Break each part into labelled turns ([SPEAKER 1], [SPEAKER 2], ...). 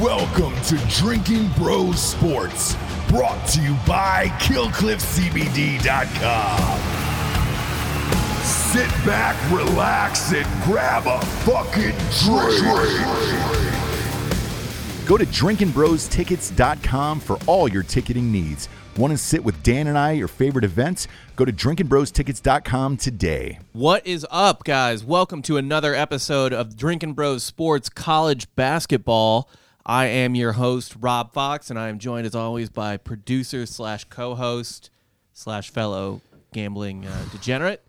[SPEAKER 1] Welcome to Drinking Bros Sports, brought to you by KillcliffCBD.com. Sit back, relax, and grab a fucking drink.
[SPEAKER 2] Go to drinkinbrostickets.com for all your ticketing needs. Want to sit with Dan and I at your favorite events? Go to drinkinbrostickets.com today.
[SPEAKER 3] What is up, guys? Welcome to another episode of Drinking Bros Sports College Basketball. I am your host, Rob Fox, and I am joined as always by producer slash co host slash fellow gambling uh, degenerate,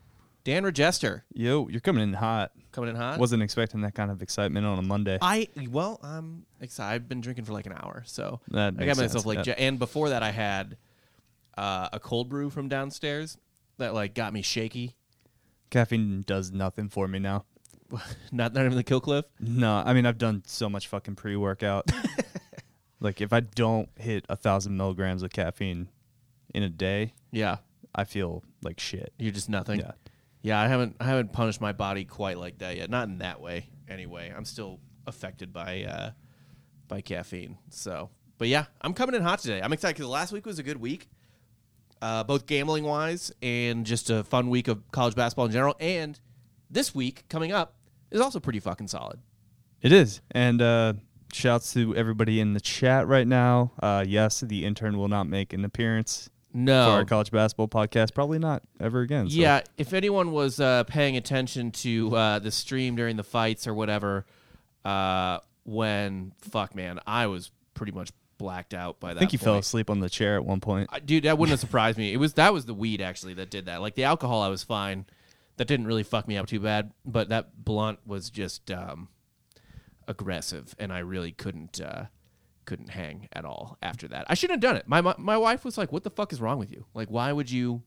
[SPEAKER 3] Dan Regester.
[SPEAKER 4] Yo, you're coming in hot.
[SPEAKER 3] Coming in hot?
[SPEAKER 4] Wasn't expecting that kind of excitement on a Monday.
[SPEAKER 3] I, well, I'm excited. I've been drinking for like an hour, so
[SPEAKER 4] That
[SPEAKER 3] I got
[SPEAKER 4] makes
[SPEAKER 3] myself
[SPEAKER 4] sense,
[SPEAKER 3] like,
[SPEAKER 4] yeah.
[SPEAKER 3] ja- and before that, I had uh, a cold brew from downstairs that like got me shaky.
[SPEAKER 4] Caffeine does nothing for me now.
[SPEAKER 3] Not, not even the kill cliff.
[SPEAKER 4] No, I mean I've done so much fucking pre-workout. like if I don't hit a thousand milligrams of caffeine in a day,
[SPEAKER 3] Yeah.
[SPEAKER 4] I feel like shit.
[SPEAKER 3] You're just nothing.
[SPEAKER 4] Yeah.
[SPEAKER 3] Yeah, I haven't I haven't punished my body quite like that yet. Not in that way. Anyway, I'm still affected by uh by caffeine. So, but yeah, I'm coming in hot today. I'm excited cuz last week was a good week. Uh both gambling-wise and just a fun week of college basketball in general and this week coming up is also pretty fucking solid.
[SPEAKER 4] It is. And uh shouts to everybody in the chat right now. Uh yes, the intern will not make an appearance for
[SPEAKER 3] No.
[SPEAKER 4] our college basketball podcast. Probably not ever again. so-
[SPEAKER 3] Yeah, if anyone was uh, paying attention to uh, the stream during the fights or whatever, uh, when fuck man, I was pretty much blacked out by that.
[SPEAKER 4] I think he fell
[SPEAKER 3] point.
[SPEAKER 4] asleep on the chair at one point.
[SPEAKER 3] I- dude, that wouldn't have surprised me. It was that was the weed actually that did that. Like the alcohol, I was fine. That didn't really fuck me up too bad, but that blunt was just um, aggressive, and I really couldn't uh, couldn't hang at all after that. I shouldn't have done it. My, my my wife was like, "What the fuck is wrong with you? Like, why would you?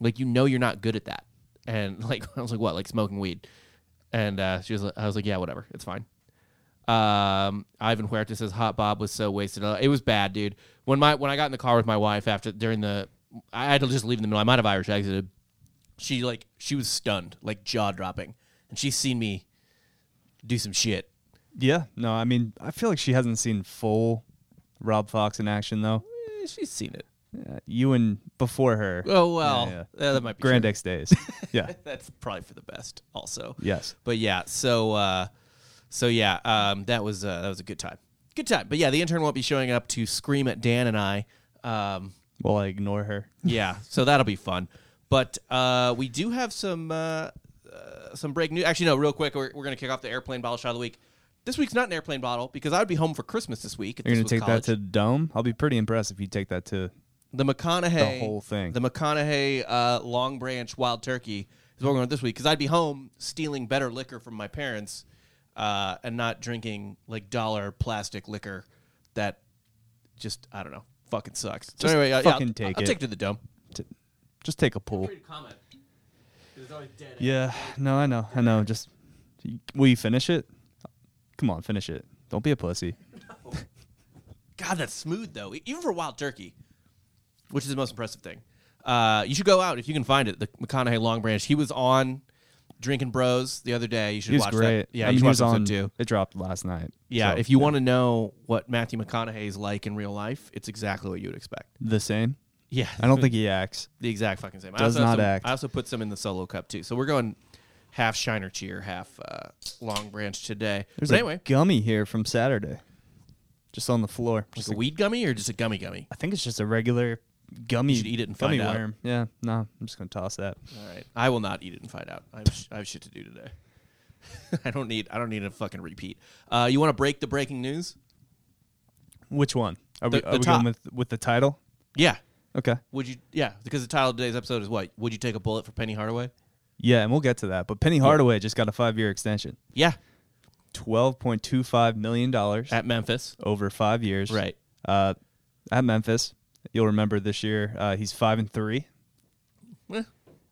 [SPEAKER 3] Like, you know you're not good at that." And like, I was like, "What? Like smoking weed?" And uh, she was, like, I was like, "Yeah, whatever. It's fine." Um, Ivan Huerta says Hot Bob was so wasted. Uh, It was bad, dude. When my when I got in the car with my wife after during the, I had to just leave in the middle. I might have Irish exited. She like she was stunned, like jaw dropping, and she's seen me do some shit.
[SPEAKER 4] Yeah, no, I mean, I feel like she hasn't seen full Rob Fox in action though.
[SPEAKER 3] Eh, she's seen it.
[SPEAKER 4] Uh, you and before her.
[SPEAKER 3] Oh well,
[SPEAKER 4] Yeah,
[SPEAKER 3] Uh, that might be
[SPEAKER 4] Grand
[SPEAKER 3] true.
[SPEAKER 4] X days. yeah.
[SPEAKER 3] That's probably for the best, also.
[SPEAKER 4] Yes.
[SPEAKER 3] But yeah, so uh, so yeah, um, that was uh, that was a good time, good time. But yeah, the intern won't be showing up to scream at Dan and I. Um,
[SPEAKER 4] Well, I ignore her.
[SPEAKER 3] yeah, so that'll be fun. But uh, we do have some uh, uh, some breaking news. Actually, no, real quick, we're, we're going to kick off the airplane bottle shot of the week. This week's not an airplane bottle because I would be home for Christmas this week. if
[SPEAKER 4] You're
[SPEAKER 3] this
[SPEAKER 4] gonna
[SPEAKER 3] was
[SPEAKER 4] take
[SPEAKER 3] college.
[SPEAKER 4] that to the dome. I'll be pretty impressed if you take that to.
[SPEAKER 3] the McConaughey,
[SPEAKER 4] The whole thing.
[SPEAKER 3] the McConaughey uh, Long Branch Wild Turkey is what we're going with this week because I'd be home stealing better liquor from my parents uh, and not drinking like dollar plastic liquor that just I don't know fucking sucks. So
[SPEAKER 4] Just
[SPEAKER 3] anyway, uh, yeah,
[SPEAKER 4] fucking
[SPEAKER 3] I'll,
[SPEAKER 4] take
[SPEAKER 3] I'll
[SPEAKER 4] it.
[SPEAKER 3] take it to the dome.
[SPEAKER 4] to just take a pool.
[SPEAKER 3] comment.
[SPEAKER 4] Yeah. No, I know. I know. Just will you finish it? Come on, finish it. Don't be a pussy.
[SPEAKER 3] God, that's smooth though. E- Even for wild turkey, which is the most impressive thing. Uh, you should go out if you can find it. The McConaughey Long Branch. He was on Drinking Bros the other day. You should
[SPEAKER 4] He was
[SPEAKER 3] watch
[SPEAKER 4] great.
[SPEAKER 3] that. Yeah,
[SPEAKER 4] I
[SPEAKER 3] you
[SPEAKER 4] mean,
[SPEAKER 3] should
[SPEAKER 4] he
[SPEAKER 3] watch
[SPEAKER 4] was
[SPEAKER 3] that
[SPEAKER 4] on.
[SPEAKER 3] episode too.
[SPEAKER 4] It dropped last night.
[SPEAKER 3] Yeah,
[SPEAKER 4] so
[SPEAKER 3] if you want to know what Matthew McConaughey is like in real life, it's exactly what you would expect.
[SPEAKER 4] the same,
[SPEAKER 3] Yeah,
[SPEAKER 4] I don't think he acts.
[SPEAKER 3] the exact fucking same. I
[SPEAKER 4] Does
[SPEAKER 3] also have
[SPEAKER 4] not
[SPEAKER 3] some-
[SPEAKER 4] act.
[SPEAKER 3] I also put some in the solo cup too. So we're going half Shiner Cheer, half uh, Long Branch today.
[SPEAKER 4] There's
[SPEAKER 3] but
[SPEAKER 4] a
[SPEAKER 3] anyway,
[SPEAKER 4] gummy here from Saturday, just on the floor.
[SPEAKER 3] just
[SPEAKER 4] Just
[SPEAKER 3] a
[SPEAKER 4] a,
[SPEAKER 3] weed gummy or just a gummy gummy?
[SPEAKER 4] I think it's just a regular gummy.
[SPEAKER 3] You should eat it and
[SPEAKER 4] gummy
[SPEAKER 3] find out.
[SPEAKER 4] worm. Yeah. No, I'm just gonna toss that.
[SPEAKER 3] All right, I will not eat it and find out. I have, sh- I have shit to do today. I don't need. I don't need a fucking repeat. Uh, you want to break the breaking news?
[SPEAKER 4] Which one? Are we,
[SPEAKER 3] The-
[SPEAKER 4] are
[SPEAKER 3] the
[SPEAKER 4] we
[SPEAKER 3] top.
[SPEAKER 4] going with with the title?
[SPEAKER 3] Yeah.
[SPEAKER 4] Okay.
[SPEAKER 3] Would you? Yeah, because the title of today's episode is what? Would you take a bullet for Penny Hardaway?
[SPEAKER 4] Yeah, and we'll get to that. But Penny Hardaway just got a five year extension.
[SPEAKER 3] Yeah,
[SPEAKER 4] Twelve point two five million dollars
[SPEAKER 3] at Memphis.
[SPEAKER 4] over five years.
[SPEAKER 3] Right.
[SPEAKER 4] Uh, at Memphis. You'll remember this year, uh, he's five and three.
[SPEAKER 3] Eh,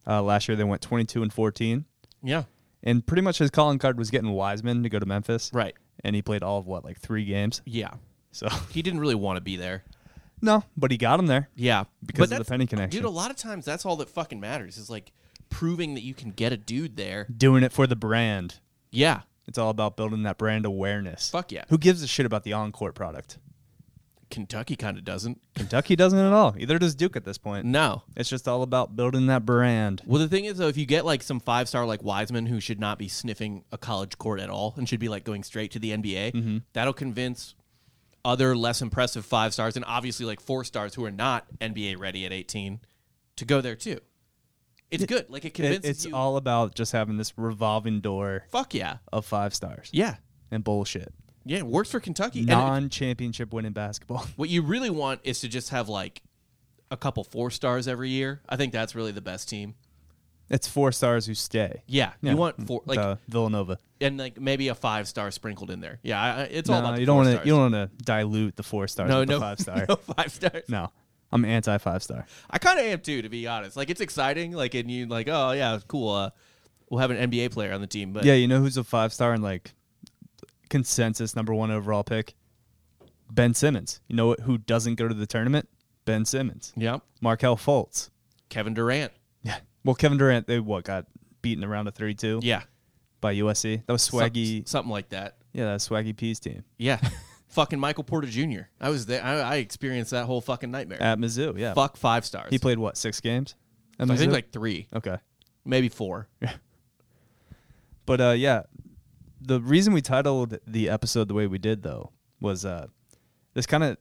[SPEAKER 4] Uh, last year they went twenty two and fourteen.
[SPEAKER 3] yeah.
[SPEAKER 4] And pretty much his calling card was getting Wiseman to go to Memphis.
[SPEAKER 3] Right.
[SPEAKER 4] And he played all of what, like three games?
[SPEAKER 3] Yeah.
[SPEAKER 4] So
[SPEAKER 3] He didn't really want to be there.
[SPEAKER 4] no, but he got him there.
[SPEAKER 3] Yeah.
[SPEAKER 4] Because of the
[SPEAKER 3] that's-
[SPEAKER 4] Penny connection.
[SPEAKER 3] Dude, a lot of times that's all that fucking matters is like proving that you can get a dude there.
[SPEAKER 4] Doing it for the brand.
[SPEAKER 3] Yeah.
[SPEAKER 4] It's all about building that brand awareness.
[SPEAKER 3] Fuck yeah.
[SPEAKER 4] Who gives a shit about the Encore product?
[SPEAKER 3] Kentucky kind of doesn't.
[SPEAKER 4] Kentucky doesn't at all. Either does Duke at this point.
[SPEAKER 3] No.
[SPEAKER 4] It's just all about building that brand.
[SPEAKER 3] Well, the thing is, though, if you get like some five star like Wiseman who should not be sniffing a college court at all and should be like going straight to the NBA,
[SPEAKER 4] Mm-hmm.
[SPEAKER 3] that'll convince other less impressive five stars and obviously like four stars who are not NBA ready at 18 to go there too. It's good. Like it
[SPEAKER 4] It,
[SPEAKER 3] convinces
[SPEAKER 4] it's
[SPEAKER 3] you.
[SPEAKER 4] all about just having this revolving door
[SPEAKER 3] fuck yeah.
[SPEAKER 4] of five stars
[SPEAKER 3] Yeah.
[SPEAKER 4] and bullshit.
[SPEAKER 3] Yeah. It works for Kentucky. And it-
[SPEAKER 4] Non championship winning basketball.
[SPEAKER 3] what you really want is to just have like a couple four stars every year. I think that's really the best team.
[SPEAKER 4] It's four stars who stay.
[SPEAKER 3] Yeah. You want four, like,
[SPEAKER 4] Uh, Villanova.
[SPEAKER 3] and like maybe a five star sprinkled in there. Yeah. I, I- it's all
[SPEAKER 4] No,
[SPEAKER 3] about the
[SPEAKER 4] you don't
[SPEAKER 3] four
[SPEAKER 4] want to.
[SPEAKER 3] stars.
[SPEAKER 4] You don't want to dilute the four stars.
[SPEAKER 3] no,
[SPEAKER 4] with the
[SPEAKER 3] no
[SPEAKER 4] five star.
[SPEAKER 3] No five stars.
[SPEAKER 4] no, I'm anti five star.
[SPEAKER 3] I kind of am too, to be honest. Like it's exciting. Like and you like, oh yeah, cool. Uh, we'll have an NBA player on the team, but
[SPEAKER 4] Yeah, you know who's a five star and like consensus number one overall pick? Ben Simmons. You know what- who doesn't go to the tournament? Ben Simmons.
[SPEAKER 3] yeah,
[SPEAKER 4] Markel Fultz.
[SPEAKER 3] Kevin Durant.
[SPEAKER 4] Yeah. Well, Kevin Durant, they what got beaten around a three two
[SPEAKER 3] Yeah,
[SPEAKER 4] by USC. That was
[SPEAKER 3] Some-
[SPEAKER 4] swaggy.
[SPEAKER 3] something like that.
[SPEAKER 4] Yeah, that was swaggy P's team
[SPEAKER 3] Yeah, fucking Michael Porter Jr. I was there. I, I experienced that whole fucking nightmare.
[SPEAKER 4] at Mizzou. Yeah.
[SPEAKER 3] Fuck five stars.
[SPEAKER 4] He played what six games? At
[SPEAKER 3] I think
[SPEAKER 4] Mizzou?
[SPEAKER 3] like three,
[SPEAKER 4] okay.
[SPEAKER 3] maybe four.
[SPEAKER 4] But uh, yeah, the reason we titled the episode the way we did though was uh, this kind of.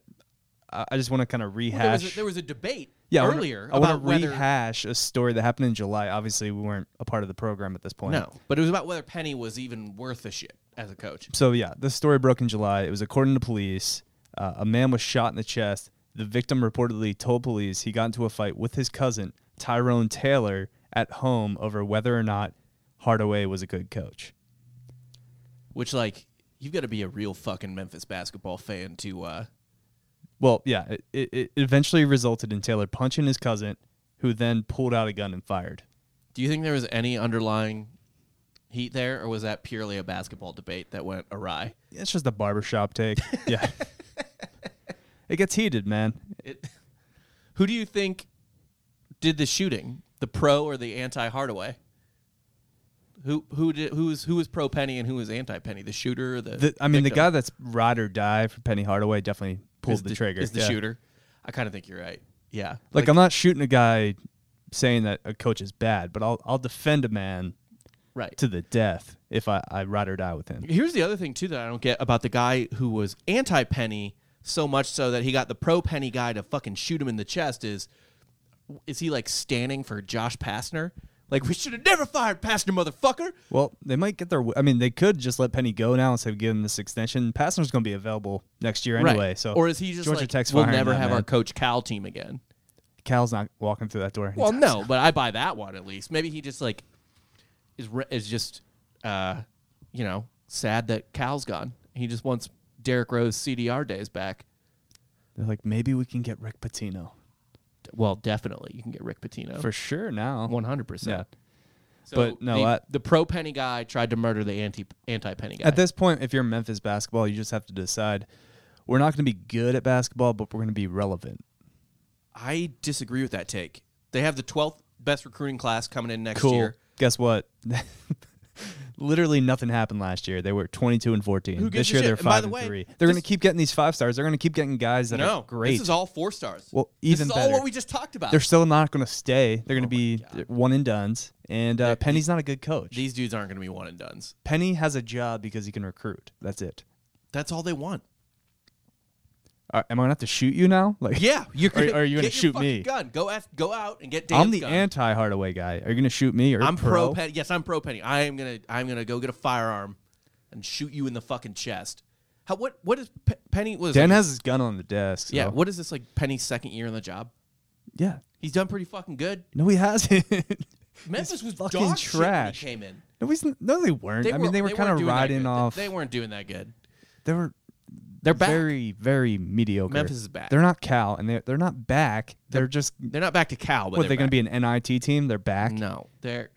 [SPEAKER 4] I I just want to kind of rehash.
[SPEAKER 3] There was, a, there was a debate
[SPEAKER 4] yeah, I wanna-
[SPEAKER 3] earlier
[SPEAKER 4] I
[SPEAKER 3] about
[SPEAKER 4] want to
[SPEAKER 3] whether
[SPEAKER 4] rehash a story that happened in July. Obviously, we weren't a part of the program at this point.
[SPEAKER 3] no, but it was about whether Penny was even worth a shit as a coach.
[SPEAKER 4] So yeah, this story broke in July. It was according to police. Uh, a man was shot in the chest. The victim reportedly told police he got into a fight with his cousin Tyrone Taylor at home over whether or not Hardaway was a good coach.
[SPEAKER 3] Which like you've got to be a real fucking Memphis basketball fan to. uh
[SPEAKER 4] Well, yeah, it, it, it eventually resulted in Taylor punching his cousin, who then pulled out a gun and fired.
[SPEAKER 3] Do you think there was any underlying heat there, or was that purely a basketball debate that went awry?
[SPEAKER 4] It's just a barbershop take. yeah. It gets heated, man.
[SPEAKER 3] It, who do you think did the shooting, the pro or the anti Hardaway? Who who did who was who was pro Penny and who was anti Penny? The shooter, or the,
[SPEAKER 4] The, I mean, the
[SPEAKER 3] victim?
[SPEAKER 4] guy that's ride or die for Penny Hardaway definitely pulled
[SPEAKER 3] is
[SPEAKER 4] the, trigger.
[SPEAKER 3] is the
[SPEAKER 4] Yeah.
[SPEAKER 3] shooter. I kind of think you're right. Yeah,
[SPEAKER 4] Like, um, I'm not shooting a guy saying that a coach is bad, but I'll, I'll defend a man
[SPEAKER 3] right.
[SPEAKER 4] to the death if I, I ride or die with him.
[SPEAKER 3] Here's the other thing too that I don't get about the guy who was anti Penny so much so that he got the pro Penny guy to fucking shoot him in the chest is is he like standing for Josh Pastner? Like we should have never fired Pastner, motherfucker.
[SPEAKER 4] Well, they might get their. w- I mean, they could just let Penny go now instead of give him this extension. Passner's going to be available next year anyway. So,
[SPEAKER 3] or is he just
[SPEAKER 4] Georgia
[SPEAKER 3] like
[SPEAKER 4] Tech's
[SPEAKER 3] we'll
[SPEAKER 4] firing
[SPEAKER 3] never
[SPEAKER 4] that
[SPEAKER 3] have
[SPEAKER 4] man.
[SPEAKER 3] our coach Cal team again?
[SPEAKER 4] Cal's not walking through that door.
[SPEAKER 3] Well,
[SPEAKER 4] anytime
[SPEAKER 3] no, but I buy that one at least. Maybe he just like is re- is just uh, you know sad that Cal's gone. He just wants Derrick Rose CDR days back.
[SPEAKER 4] They're like, maybe we can get Rick Patino.
[SPEAKER 3] Well, definitely you can get Rick Pitino
[SPEAKER 4] For sure now.
[SPEAKER 3] one hundred
[SPEAKER 4] Yeah.
[SPEAKER 3] percent. So
[SPEAKER 4] But no,
[SPEAKER 3] the,
[SPEAKER 4] I-
[SPEAKER 3] the pro penny guy tried to murder the anti anti penny guy.
[SPEAKER 4] At this point, if you're Memphis basketball, you just have to decide we're not going to be good at basketball, but we're going to be relevant.
[SPEAKER 3] I disagree with that take. They have the twelfth best recruiting class coming in next
[SPEAKER 4] Cool.
[SPEAKER 3] year.
[SPEAKER 4] Guess what? Literally nothing happened last year. They were 22 and 14.
[SPEAKER 3] Who gives
[SPEAKER 4] this
[SPEAKER 3] a
[SPEAKER 4] year
[SPEAKER 3] shit?
[SPEAKER 4] they're
[SPEAKER 3] And by
[SPEAKER 4] 5
[SPEAKER 3] the
[SPEAKER 4] and
[SPEAKER 3] way,
[SPEAKER 4] 3. They're
[SPEAKER 3] this-
[SPEAKER 4] going to keep getting these five stars. They're going to keep getting guys that
[SPEAKER 3] No,
[SPEAKER 4] are great.
[SPEAKER 3] This is all four stars.
[SPEAKER 4] Well,
[SPEAKER 3] this
[SPEAKER 4] even
[SPEAKER 3] is all
[SPEAKER 4] better.
[SPEAKER 3] what we just talked about.
[SPEAKER 4] they're still not going to stay. They're going to
[SPEAKER 3] Oh
[SPEAKER 4] be one and done's. And uh, Penny's not a good coach.
[SPEAKER 3] These dudes aren't going to be one and duns.
[SPEAKER 4] Penny has a job because he can recruit. That's it.
[SPEAKER 3] That's all they want.
[SPEAKER 4] All right, am I going to have to shoot you now? Like,
[SPEAKER 3] Yeah, you're.
[SPEAKER 4] Are-
[SPEAKER 3] Gonna,
[SPEAKER 4] are you gonna
[SPEAKER 3] get your
[SPEAKER 4] shoot
[SPEAKER 3] fucking
[SPEAKER 4] me?
[SPEAKER 3] Gun. Go af- Go out and get. Dan's
[SPEAKER 4] I'm the
[SPEAKER 3] gun.
[SPEAKER 4] anti Hardaway guy. Are you going to shoot me or
[SPEAKER 3] I'm pro
[SPEAKER 4] pro?
[SPEAKER 3] penny. Yes, I'm pro penny. I am gonna. I'm gonna go get a firearm, and shoot you in the fucking chest. How? What? What is Pe- penny? Was
[SPEAKER 4] Dan has his gun on the desk. so-
[SPEAKER 3] Yeah. What is this like? Penny's second year in the job.
[SPEAKER 4] Yeah.
[SPEAKER 3] He's done pretty fucking good.
[SPEAKER 4] No, he hasn't.
[SPEAKER 3] Memphis was
[SPEAKER 4] fucking
[SPEAKER 3] dog
[SPEAKER 4] trash.
[SPEAKER 3] Shit when he came in.
[SPEAKER 4] no, he's, n- no, they weren't. I mean, they were
[SPEAKER 3] weren't
[SPEAKER 4] kind of
[SPEAKER 3] doing that
[SPEAKER 4] riding
[SPEAKER 3] good.
[SPEAKER 4] off.
[SPEAKER 3] They weren't doing that good.
[SPEAKER 4] They were.
[SPEAKER 3] They're back.
[SPEAKER 4] very, very mediocre.
[SPEAKER 3] Memphis is back.
[SPEAKER 4] They're not Cal, and they're they're not back. They're, just.
[SPEAKER 3] They're not back to Cal. But
[SPEAKER 4] What they're
[SPEAKER 3] going
[SPEAKER 4] going to be an NIT team? They're back.
[SPEAKER 3] No, they're.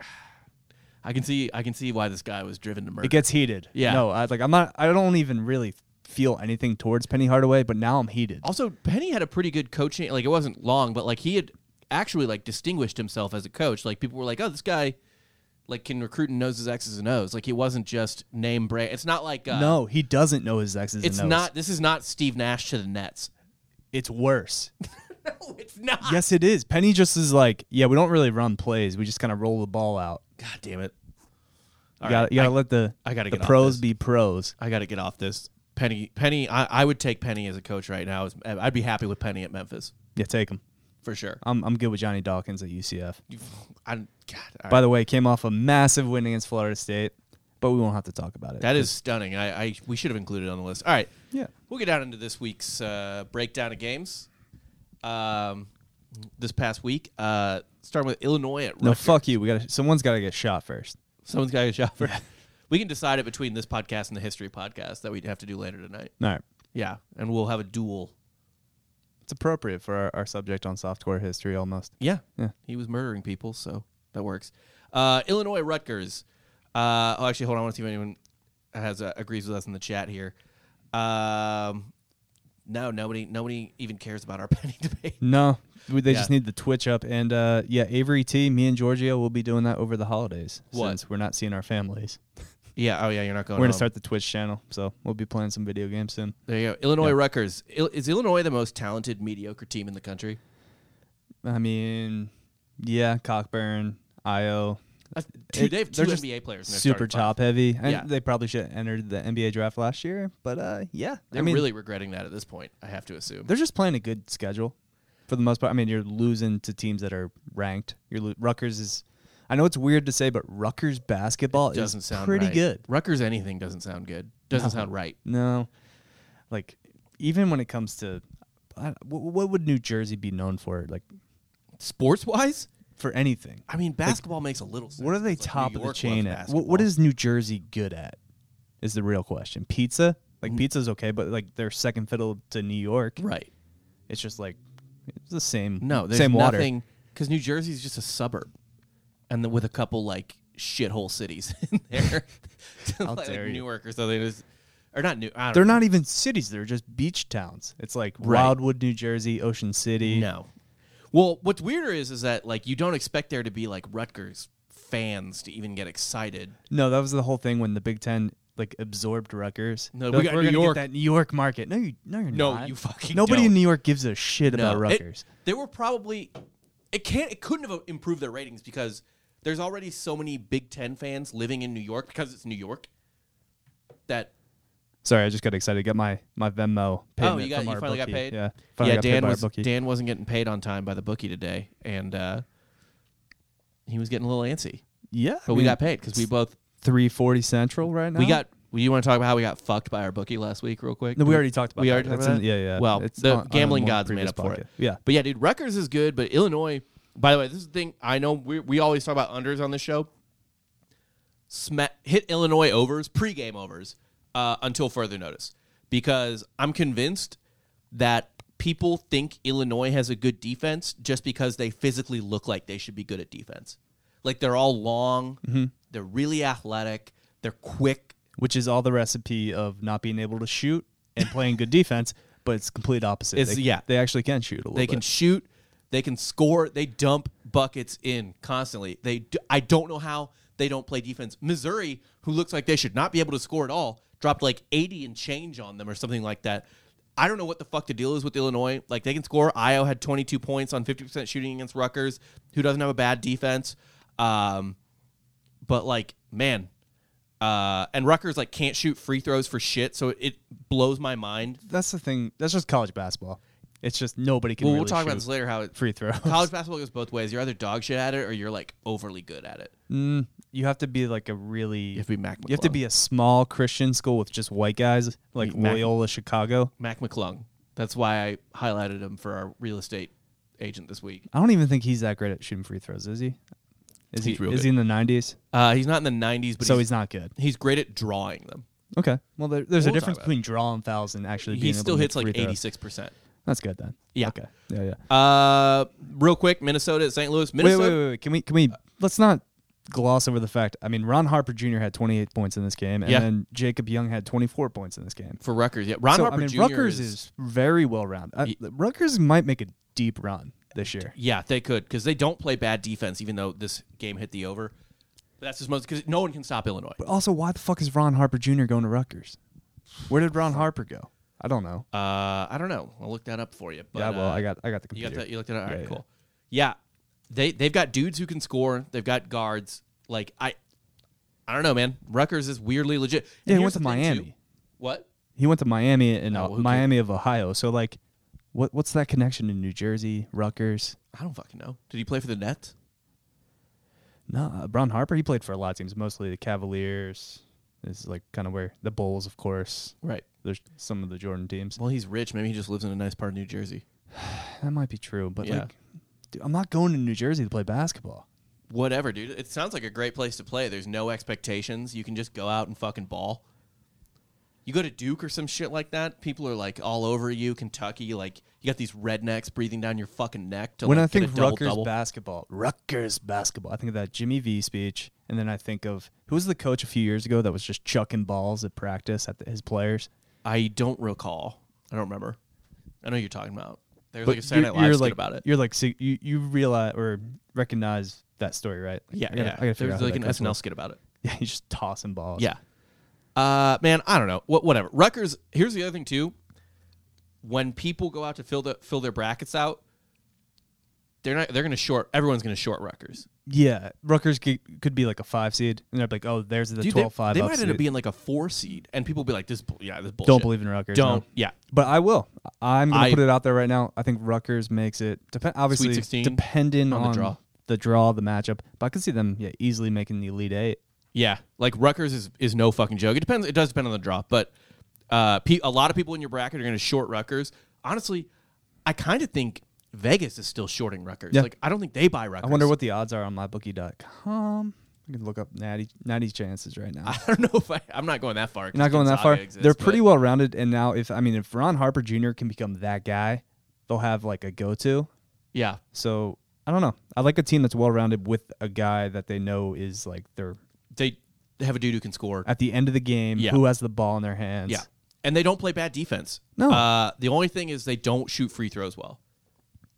[SPEAKER 3] I can see. I can see why this guy was driven to murder.
[SPEAKER 4] It gets heated.
[SPEAKER 3] Yeah.
[SPEAKER 4] No, I like I'm not. I don't even really feel anything towards Penny Hardaway, but now I'm heated.
[SPEAKER 3] also, Penny had a pretty good coaching. Like it wasn't long, but like he had actually like distinguished himself as a coach. Like people were like, "Oh, this guy like can recruit and knows his X's and O's. Like he wasn't just name brand. It's not like uh,
[SPEAKER 4] no, he doesn't know his X's
[SPEAKER 3] It's
[SPEAKER 4] and O's.
[SPEAKER 3] not. This is not Steve Nash to the Nets.
[SPEAKER 4] It's worse.
[SPEAKER 3] No, it's not.
[SPEAKER 4] yes, it is. Penny just is like, yeah, we don't really run plays. We just kind of roll the ball out.
[SPEAKER 3] God damn it.
[SPEAKER 4] You got to let the
[SPEAKER 3] I gotta
[SPEAKER 4] the
[SPEAKER 3] get off
[SPEAKER 4] pros
[SPEAKER 3] this.
[SPEAKER 4] be pros.
[SPEAKER 3] I got to get off this. Penny, Penny, I, I would take Penny as a coach right now. I'd be happy with Penny at Memphis
[SPEAKER 4] Yeah, take him.
[SPEAKER 3] for sure.
[SPEAKER 4] I'm I'm good with Johnny Dawkins at UCF.
[SPEAKER 3] I, God, all
[SPEAKER 4] By
[SPEAKER 3] right.
[SPEAKER 4] the way, came off a massive win against Florida State, but we won't have to talk about it.
[SPEAKER 3] that is stunning. I, I we should have included it on the list. All right,
[SPEAKER 4] yeah.
[SPEAKER 3] we'll get down into this week's uh, breakdown of games. Um, this past week, uh, starting with Illinois at
[SPEAKER 4] No,
[SPEAKER 3] Rutgers.
[SPEAKER 4] fuck you. We got to someone's got to get shot first.
[SPEAKER 3] Someone's got to shot for. We can decide it between this podcast and the history podcast that we'd have to do later tonight.
[SPEAKER 4] All right,
[SPEAKER 3] Yeah, and we'll have a duel.
[SPEAKER 4] it's appropriate for our, our subject on softcore history almost.
[SPEAKER 3] Yeah.
[SPEAKER 4] Yeah.
[SPEAKER 3] He was murdering people, so that works. Uh, Illinois Rutgers. Uh, oh, actually, hold on. I want to see if anyone has uh, agrees with us in the chat here. Um, no, nobody, nobody even cares about our penny debate.
[SPEAKER 4] No, we, they just
[SPEAKER 3] Yeah.
[SPEAKER 4] need the Twitch up, and uh, yeah, Avery T, me and Giorgio will be doing that over the holidays
[SPEAKER 3] What?
[SPEAKER 4] since we're not seeing our families.
[SPEAKER 3] Yeah. Oh, yeah. You're not going.
[SPEAKER 4] We're gonna
[SPEAKER 3] home.
[SPEAKER 4] start the Twitch channel, so we'll be playing some video games soon.
[SPEAKER 3] There you go. Illinois Rutgers. Il- is Illinois the most talented mediocre team in the country?
[SPEAKER 4] I mean, yeah, Cockburn, Io,
[SPEAKER 3] Uh, two,
[SPEAKER 4] It-
[SPEAKER 3] they have two
[SPEAKER 4] they're just
[SPEAKER 3] NBA players. In their
[SPEAKER 4] super
[SPEAKER 3] starting five.
[SPEAKER 4] top heavy, and
[SPEAKER 3] Yeah.
[SPEAKER 4] they probably should have entered the NBA draft last year. But uh, yeah,
[SPEAKER 3] They're
[SPEAKER 4] I mean,
[SPEAKER 3] really regretting that at this point. I have to assume.
[SPEAKER 4] they're just playing a good schedule for the most part. I mean, you're losing to teams that are ranked. Your lo- Rutgers is, I know it's weird to say, but Rutgers basketball
[SPEAKER 3] Doesn't
[SPEAKER 4] is
[SPEAKER 3] sound
[SPEAKER 4] pretty
[SPEAKER 3] right.
[SPEAKER 4] good.
[SPEAKER 3] Rutgers anything doesn't sound good. Doesn't sound right.
[SPEAKER 4] No, like even when it comes to, I, what, what would New Jersey be known for? Like
[SPEAKER 3] Sports wise,
[SPEAKER 4] for anything?
[SPEAKER 3] I mean, basketball makes a little sense.
[SPEAKER 4] What are they
[SPEAKER 3] It's like
[SPEAKER 4] top
[SPEAKER 3] New
[SPEAKER 4] of the
[SPEAKER 3] York
[SPEAKER 4] chain
[SPEAKER 3] loves
[SPEAKER 4] at? What, what
[SPEAKER 3] basketball.
[SPEAKER 4] is New Jersey good at? Is the real question. Pizza? Like pizza's okay, but like they're second fiddle to New York.
[SPEAKER 3] Mm. right?
[SPEAKER 4] It's just like it's the same.
[SPEAKER 3] No, there's
[SPEAKER 4] Mm, same water.
[SPEAKER 3] nothing because New Jersey's just a suburb, and then with a couple like shithole cities in there,
[SPEAKER 4] How
[SPEAKER 3] like,
[SPEAKER 4] dare you.
[SPEAKER 3] Newark or something. Is, or not New. I don't
[SPEAKER 4] They're
[SPEAKER 3] know.
[SPEAKER 4] not even cities. They're just beach towns. It's like
[SPEAKER 3] Right.
[SPEAKER 4] Wildwood, New Jersey, Ocean City.
[SPEAKER 3] No. Well, what's weirder is is that like you don't expect there to be like Rutgers fans to even get excited.
[SPEAKER 4] No, that was the whole thing when the Big Ten like absorbed Rutgers.
[SPEAKER 3] No,
[SPEAKER 4] They're
[SPEAKER 3] we
[SPEAKER 4] like,
[SPEAKER 3] got
[SPEAKER 4] "We're
[SPEAKER 3] New
[SPEAKER 4] gonna get
[SPEAKER 3] York."
[SPEAKER 4] that New York market. No, you, no, you're
[SPEAKER 3] No,
[SPEAKER 4] not.
[SPEAKER 3] you fucking
[SPEAKER 4] Nobody
[SPEAKER 3] don't.
[SPEAKER 4] in New York gives a shit about
[SPEAKER 3] No, it-
[SPEAKER 4] Rutgers.
[SPEAKER 3] they were probably it can't it couldn't have improved their ratings because there's already so many Big Ten fans living in New York because it's New York. That
[SPEAKER 4] Sorry, I just got excited. Got my my Venmo.
[SPEAKER 3] oh
[SPEAKER 4] payment
[SPEAKER 3] you got
[SPEAKER 4] from
[SPEAKER 3] you
[SPEAKER 4] our
[SPEAKER 3] finally got
[SPEAKER 4] bookie.
[SPEAKER 3] paid yeah
[SPEAKER 4] Yeah, got paid
[SPEAKER 3] Dan
[SPEAKER 4] by our
[SPEAKER 3] was
[SPEAKER 4] bookie.
[SPEAKER 3] Dan wasn't getting paid on time by the bookie today and uh, he was getting a little antsy
[SPEAKER 4] Yeah,
[SPEAKER 3] but we got paid because we both
[SPEAKER 4] three forty central right now.
[SPEAKER 3] we got. Do you want to talk about how we got fucked by our bookie last week, real quick?
[SPEAKER 4] No, we already talked about
[SPEAKER 3] We
[SPEAKER 4] that.
[SPEAKER 3] already talked
[SPEAKER 4] That's
[SPEAKER 3] about
[SPEAKER 4] in-
[SPEAKER 3] that?
[SPEAKER 4] yeah, yeah.
[SPEAKER 3] Well,
[SPEAKER 4] It's
[SPEAKER 3] the
[SPEAKER 4] on- on
[SPEAKER 3] gambling
[SPEAKER 4] one
[SPEAKER 3] gods made
[SPEAKER 4] previous
[SPEAKER 3] up for it.
[SPEAKER 4] podcast. Yeah.
[SPEAKER 3] but yeah, dude, Rutgers is good, but Illinois. By the way, this is the thing I know. We we always talk about unders on this show. Sma- hit Illinois overs, pregame overs, uh, until further notice, because I'm convinced that people think Illinois has a good defense just because they physically look like they should be good at defense. Like they're all long,
[SPEAKER 4] Mm-hmm.
[SPEAKER 3] they're really athletic, they're quick,
[SPEAKER 4] which is all the recipe of not being able to shoot and playing good defense, but it's complete opposite.
[SPEAKER 3] It's-
[SPEAKER 4] they,
[SPEAKER 3] yeah.
[SPEAKER 4] they actually can shoot a little.
[SPEAKER 3] They can
[SPEAKER 4] bit.
[SPEAKER 3] shoot. They can score. They dump buckets in constantly. They do, I don't know how they don't play defense. Missouri, who looks like they should not be able to score at all, dropped like 80 and change on them or something like that. I don't know what the fuck the deal is with Illinois. Like they can score. Io had 22 points on 50% shooting against Rutgers, who doesn't have a bad defense. Um, but like man, uh, and Rutgers like can't shoot free throws for shit. So it blows my mind.
[SPEAKER 4] That's the thing. That's just college basketball. It's just nobody can.
[SPEAKER 3] Well,
[SPEAKER 4] really
[SPEAKER 3] we'll talk
[SPEAKER 4] shoot
[SPEAKER 3] about this later. How it,
[SPEAKER 4] Free throws.
[SPEAKER 3] college basketball goes both ways. You're either dog shit at it or you're like overly good at it.
[SPEAKER 4] You have to be like a really. You
[SPEAKER 3] have to be Mac
[SPEAKER 4] You have to
[SPEAKER 3] McClung.
[SPEAKER 4] be a small Christian school with just white guys, like
[SPEAKER 3] Mac-
[SPEAKER 4] Loyola Chicago.
[SPEAKER 3] Mac McClung. That's why I highlighted him for our real estate agent this week.
[SPEAKER 4] I don't even think he's that great at shooting free throws, is he? Is
[SPEAKER 3] He's
[SPEAKER 4] he?
[SPEAKER 3] real
[SPEAKER 4] Is
[SPEAKER 3] good.
[SPEAKER 4] he in the nineties?
[SPEAKER 3] Uh, he's not in the 90s, but
[SPEAKER 4] So
[SPEAKER 3] he's,
[SPEAKER 4] he's not good.
[SPEAKER 3] he's great at drawing them.
[SPEAKER 4] Okay. Well, there, there's
[SPEAKER 3] We'll talk
[SPEAKER 4] a difference
[SPEAKER 3] about
[SPEAKER 4] between drawing fouls and actually.
[SPEAKER 3] He
[SPEAKER 4] being able
[SPEAKER 3] still
[SPEAKER 4] to
[SPEAKER 3] hits
[SPEAKER 4] make
[SPEAKER 3] like
[SPEAKER 4] free throws.
[SPEAKER 3] 86%.
[SPEAKER 4] That's good then.
[SPEAKER 3] Yeah.
[SPEAKER 4] Okay. Yeah. Yeah.
[SPEAKER 3] Uh, real quick, Minnesota at St. Louis.
[SPEAKER 4] wait,
[SPEAKER 3] Minnesota.
[SPEAKER 4] wait, wait, wait. Can we? Can we? Let's not gloss over the fact. I mean, Ron Harper Jr. had 28 points in this game, and
[SPEAKER 3] Yeah.
[SPEAKER 4] then Jacob Young had 24 points in this game.
[SPEAKER 3] For Rutgers, yeah. Ron
[SPEAKER 4] so
[SPEAKER 3] Harper
[SPEAKER 4] I mean,
[SPEAKER 3] Jr.
[SPEAKER 4] Rutgers
[SPEAKER 3] is,
[SPEAKER 4] is very well rounded. Uh, Rutgers might make a deep run this year.
[SPEAKER 3] Yeah, they could because they don't play bad defense, even though this game hit the over. That's his most because no one can stop Illinois.
[SPEAKER 4] But also, why the fuck is Ron Harper Jr. going to Rutgers? Where did Ron Harper go? I don't know.
[SPEAKER 3] Uh, I don't know. I'll look that up for you. But,
[SPEAKER 4] yeah, well,
[SPEAKER 3] uh,
[SPEAKER 4] I got I got the
[SPEAKER 3] You
[SPEAKER 4] computer.
[SPEAKER 3] got that? You looked at it. All right,
[SPEAKER 4] yeah.
[SPEAKER 3] cool. Yeah, they they've got dudes who can score. They've got guards. Like I, I don't know, man. Rutgers is weirdly legit. And
[SPEAKER 4] Yeah, he
[SPEAKER 3] here's
[SPEAKER 4] went to
[SPEAKER 3] the thing, too.
[SPEAKER 4] Miami.
[SPEAKER 3] What?
[SPEAKER 4] He went to Miami and
[SPEAKER 3] Oh,
[SPEAKER 4] uh,
[SPEAKER 3] who cares?
[SPEAKER 4] Miami of Ohio. So like, what what's that connection to New Jersey, Rutgers?
[SPEAKER 3] I don't fucking know. Did he play for the Nets?
[SPEAKER 4] Nah, uh, Ron Harper. He played for a lot of teams, mostly the Cavaliers. This is like kind of where the Bulls, of course.
[SPEAKER 3] Right.
[SPEAKER 4] There's some of the Jordan teams.
[SPEAKER 3] Well, he's rich. Maybe he just lives in a nice part of New Jersey.
[SPEAKER 4] That might be true, but
[SPEAKER 3] Yeah.
[SPEAKER 4] like, dude, I'm not going to New Jersey to play basketball.
[SPEAKER 3] Whatever, dude. It sounds like a great place to play. There's no expectations. You can just go out and fucking ball. You go to Duke or some shit like that. People are like all over you. Kentucky, like you got these rednecks breathing down your fucking neck. To
[SPEAKER 4] when
[SPEAKER 3] like,
[SPEAKER 4] I think
[SPEAKER 3] get a double,
[SPEAKER 4] Rutgers
[SPEAKER 3] double.
[SPEAKER 4] basketball, Rutgers basketball, I think of that Jimmy V speech, and then I think of who was the coach a few years ago that was just chucking balls at practice at the, his players.
[SPEAKER 3] I don't recall. I don't remember. I know what you're talking about. There was
[SPEAKER 4] But
[SPEAKER 3] like a Saturday Night Live skit
[SPEAKER 4] like,
[SPEAKER 3] about it.
[SPEAKER 4] You're like sig- you you realize or recognize that story, right?
[SPEAKER 3] Yeah,
[SPEAKER 4] I gotta,
[SPEAKER 3] yeah.
[SPEAKER 4] I gotta
[SPEAKER 3] there
[SPEAKER 4] figure out
[SPEAKER 3] was
[SPEAKER 4] who
[SPEAKER 3] like
[SPEAKER 4] that
[SPEAKER 3] an
[SPEAKER 4] coach
[SPEAKER 3] SNL
[SPEAKER 4] was.
[SPEAKER 3] skit about it.
[SPEAKER 4] Yeah, he's just tossing balls.
[SPEAKER 3] Yeah. Uh, man, I don't know. What, whatever. Rutgers. Here's the other thing too. When people go out to fill the fill their brackets out, they're not. They're gonna short. Everyone's gonna short Rutgers.
[SPEAKER 4] yeah. Rutgers could, could be like a five seed, and they're like, oh, there's the
[SPEAKER 3] Dude, they,
[SPEAKER 4] 12 five.
[SPEAKER 3] they
[SPEAKER 4] up
[SPEAKER 3] might end up
[SPEAKER 4] seed.
[SPEAKER 3] being like a four seed, and people be like, "This, bull- yeah, this bullshit."
[SPEAKER 4] Don't believe in Rutgers.
[SPEAKER 3] Don't.
[SPEAKER 4] no.
[SPEAKER 3] Yeah.
[SPEAKER 4] But I will. I'm gonna
[SPEAKER 3] I-
[SPEAKER 4] put it out there right now. I think Rutgers makes it. Dep- obviously,
[SPEAKER 3] 16,
[SPEAKER 4] depending
[SPEAKER 3] on
[SPEAKER 4] on,
[SPEAKER 3] the draw.
[SPEAKER 4] the draw, the matchup. But I could see them yeah easily making the elite eight.
[SPEAKER 3] Yeah, like Rutgers is, is no fucking joke. It depends. It does depend on the draw, but uh, pe- a lot of people in your bracket are going to short Rutgers. Honestly, I kind of think Vegas is still shorting Rutgers.
[SPEAKER 4] Yeah.
[SPEAKER 3] Like I don't think they buy Rutgers.
[SPEAKER 4] I wonder what the odds are on mybookie.com. I can look up Natty Natty's chances right now.
[SPEAKER 3] I don't know if I, I'm not going that far.
[SPEAKER 4] You're not going that far. They're pretty
[SPEAKER 3] Well,
[SPEAKER 4] well rounded. And now, if I mean, if Ron Harper Jr. can become that guy, they'll have like a go to.
[SPEAKER 3] yeah,
[SPEAKER 4] So I don't know. I like a team that's well rounded with a guy that they know is like they're
[SPEAKER 3] they have a dude who can score.
[SPEAKER 4] at the end of the game
[SPEAKER 3] Yeah.
[SPEAKER 4] who has the ball in their hands.
[SPEAKER 3] yeah, and they don't play bad defense.
[SPEAKER 4] No.
[SPEAKER 3] Uh, the only thing is they don't shoot free throws well,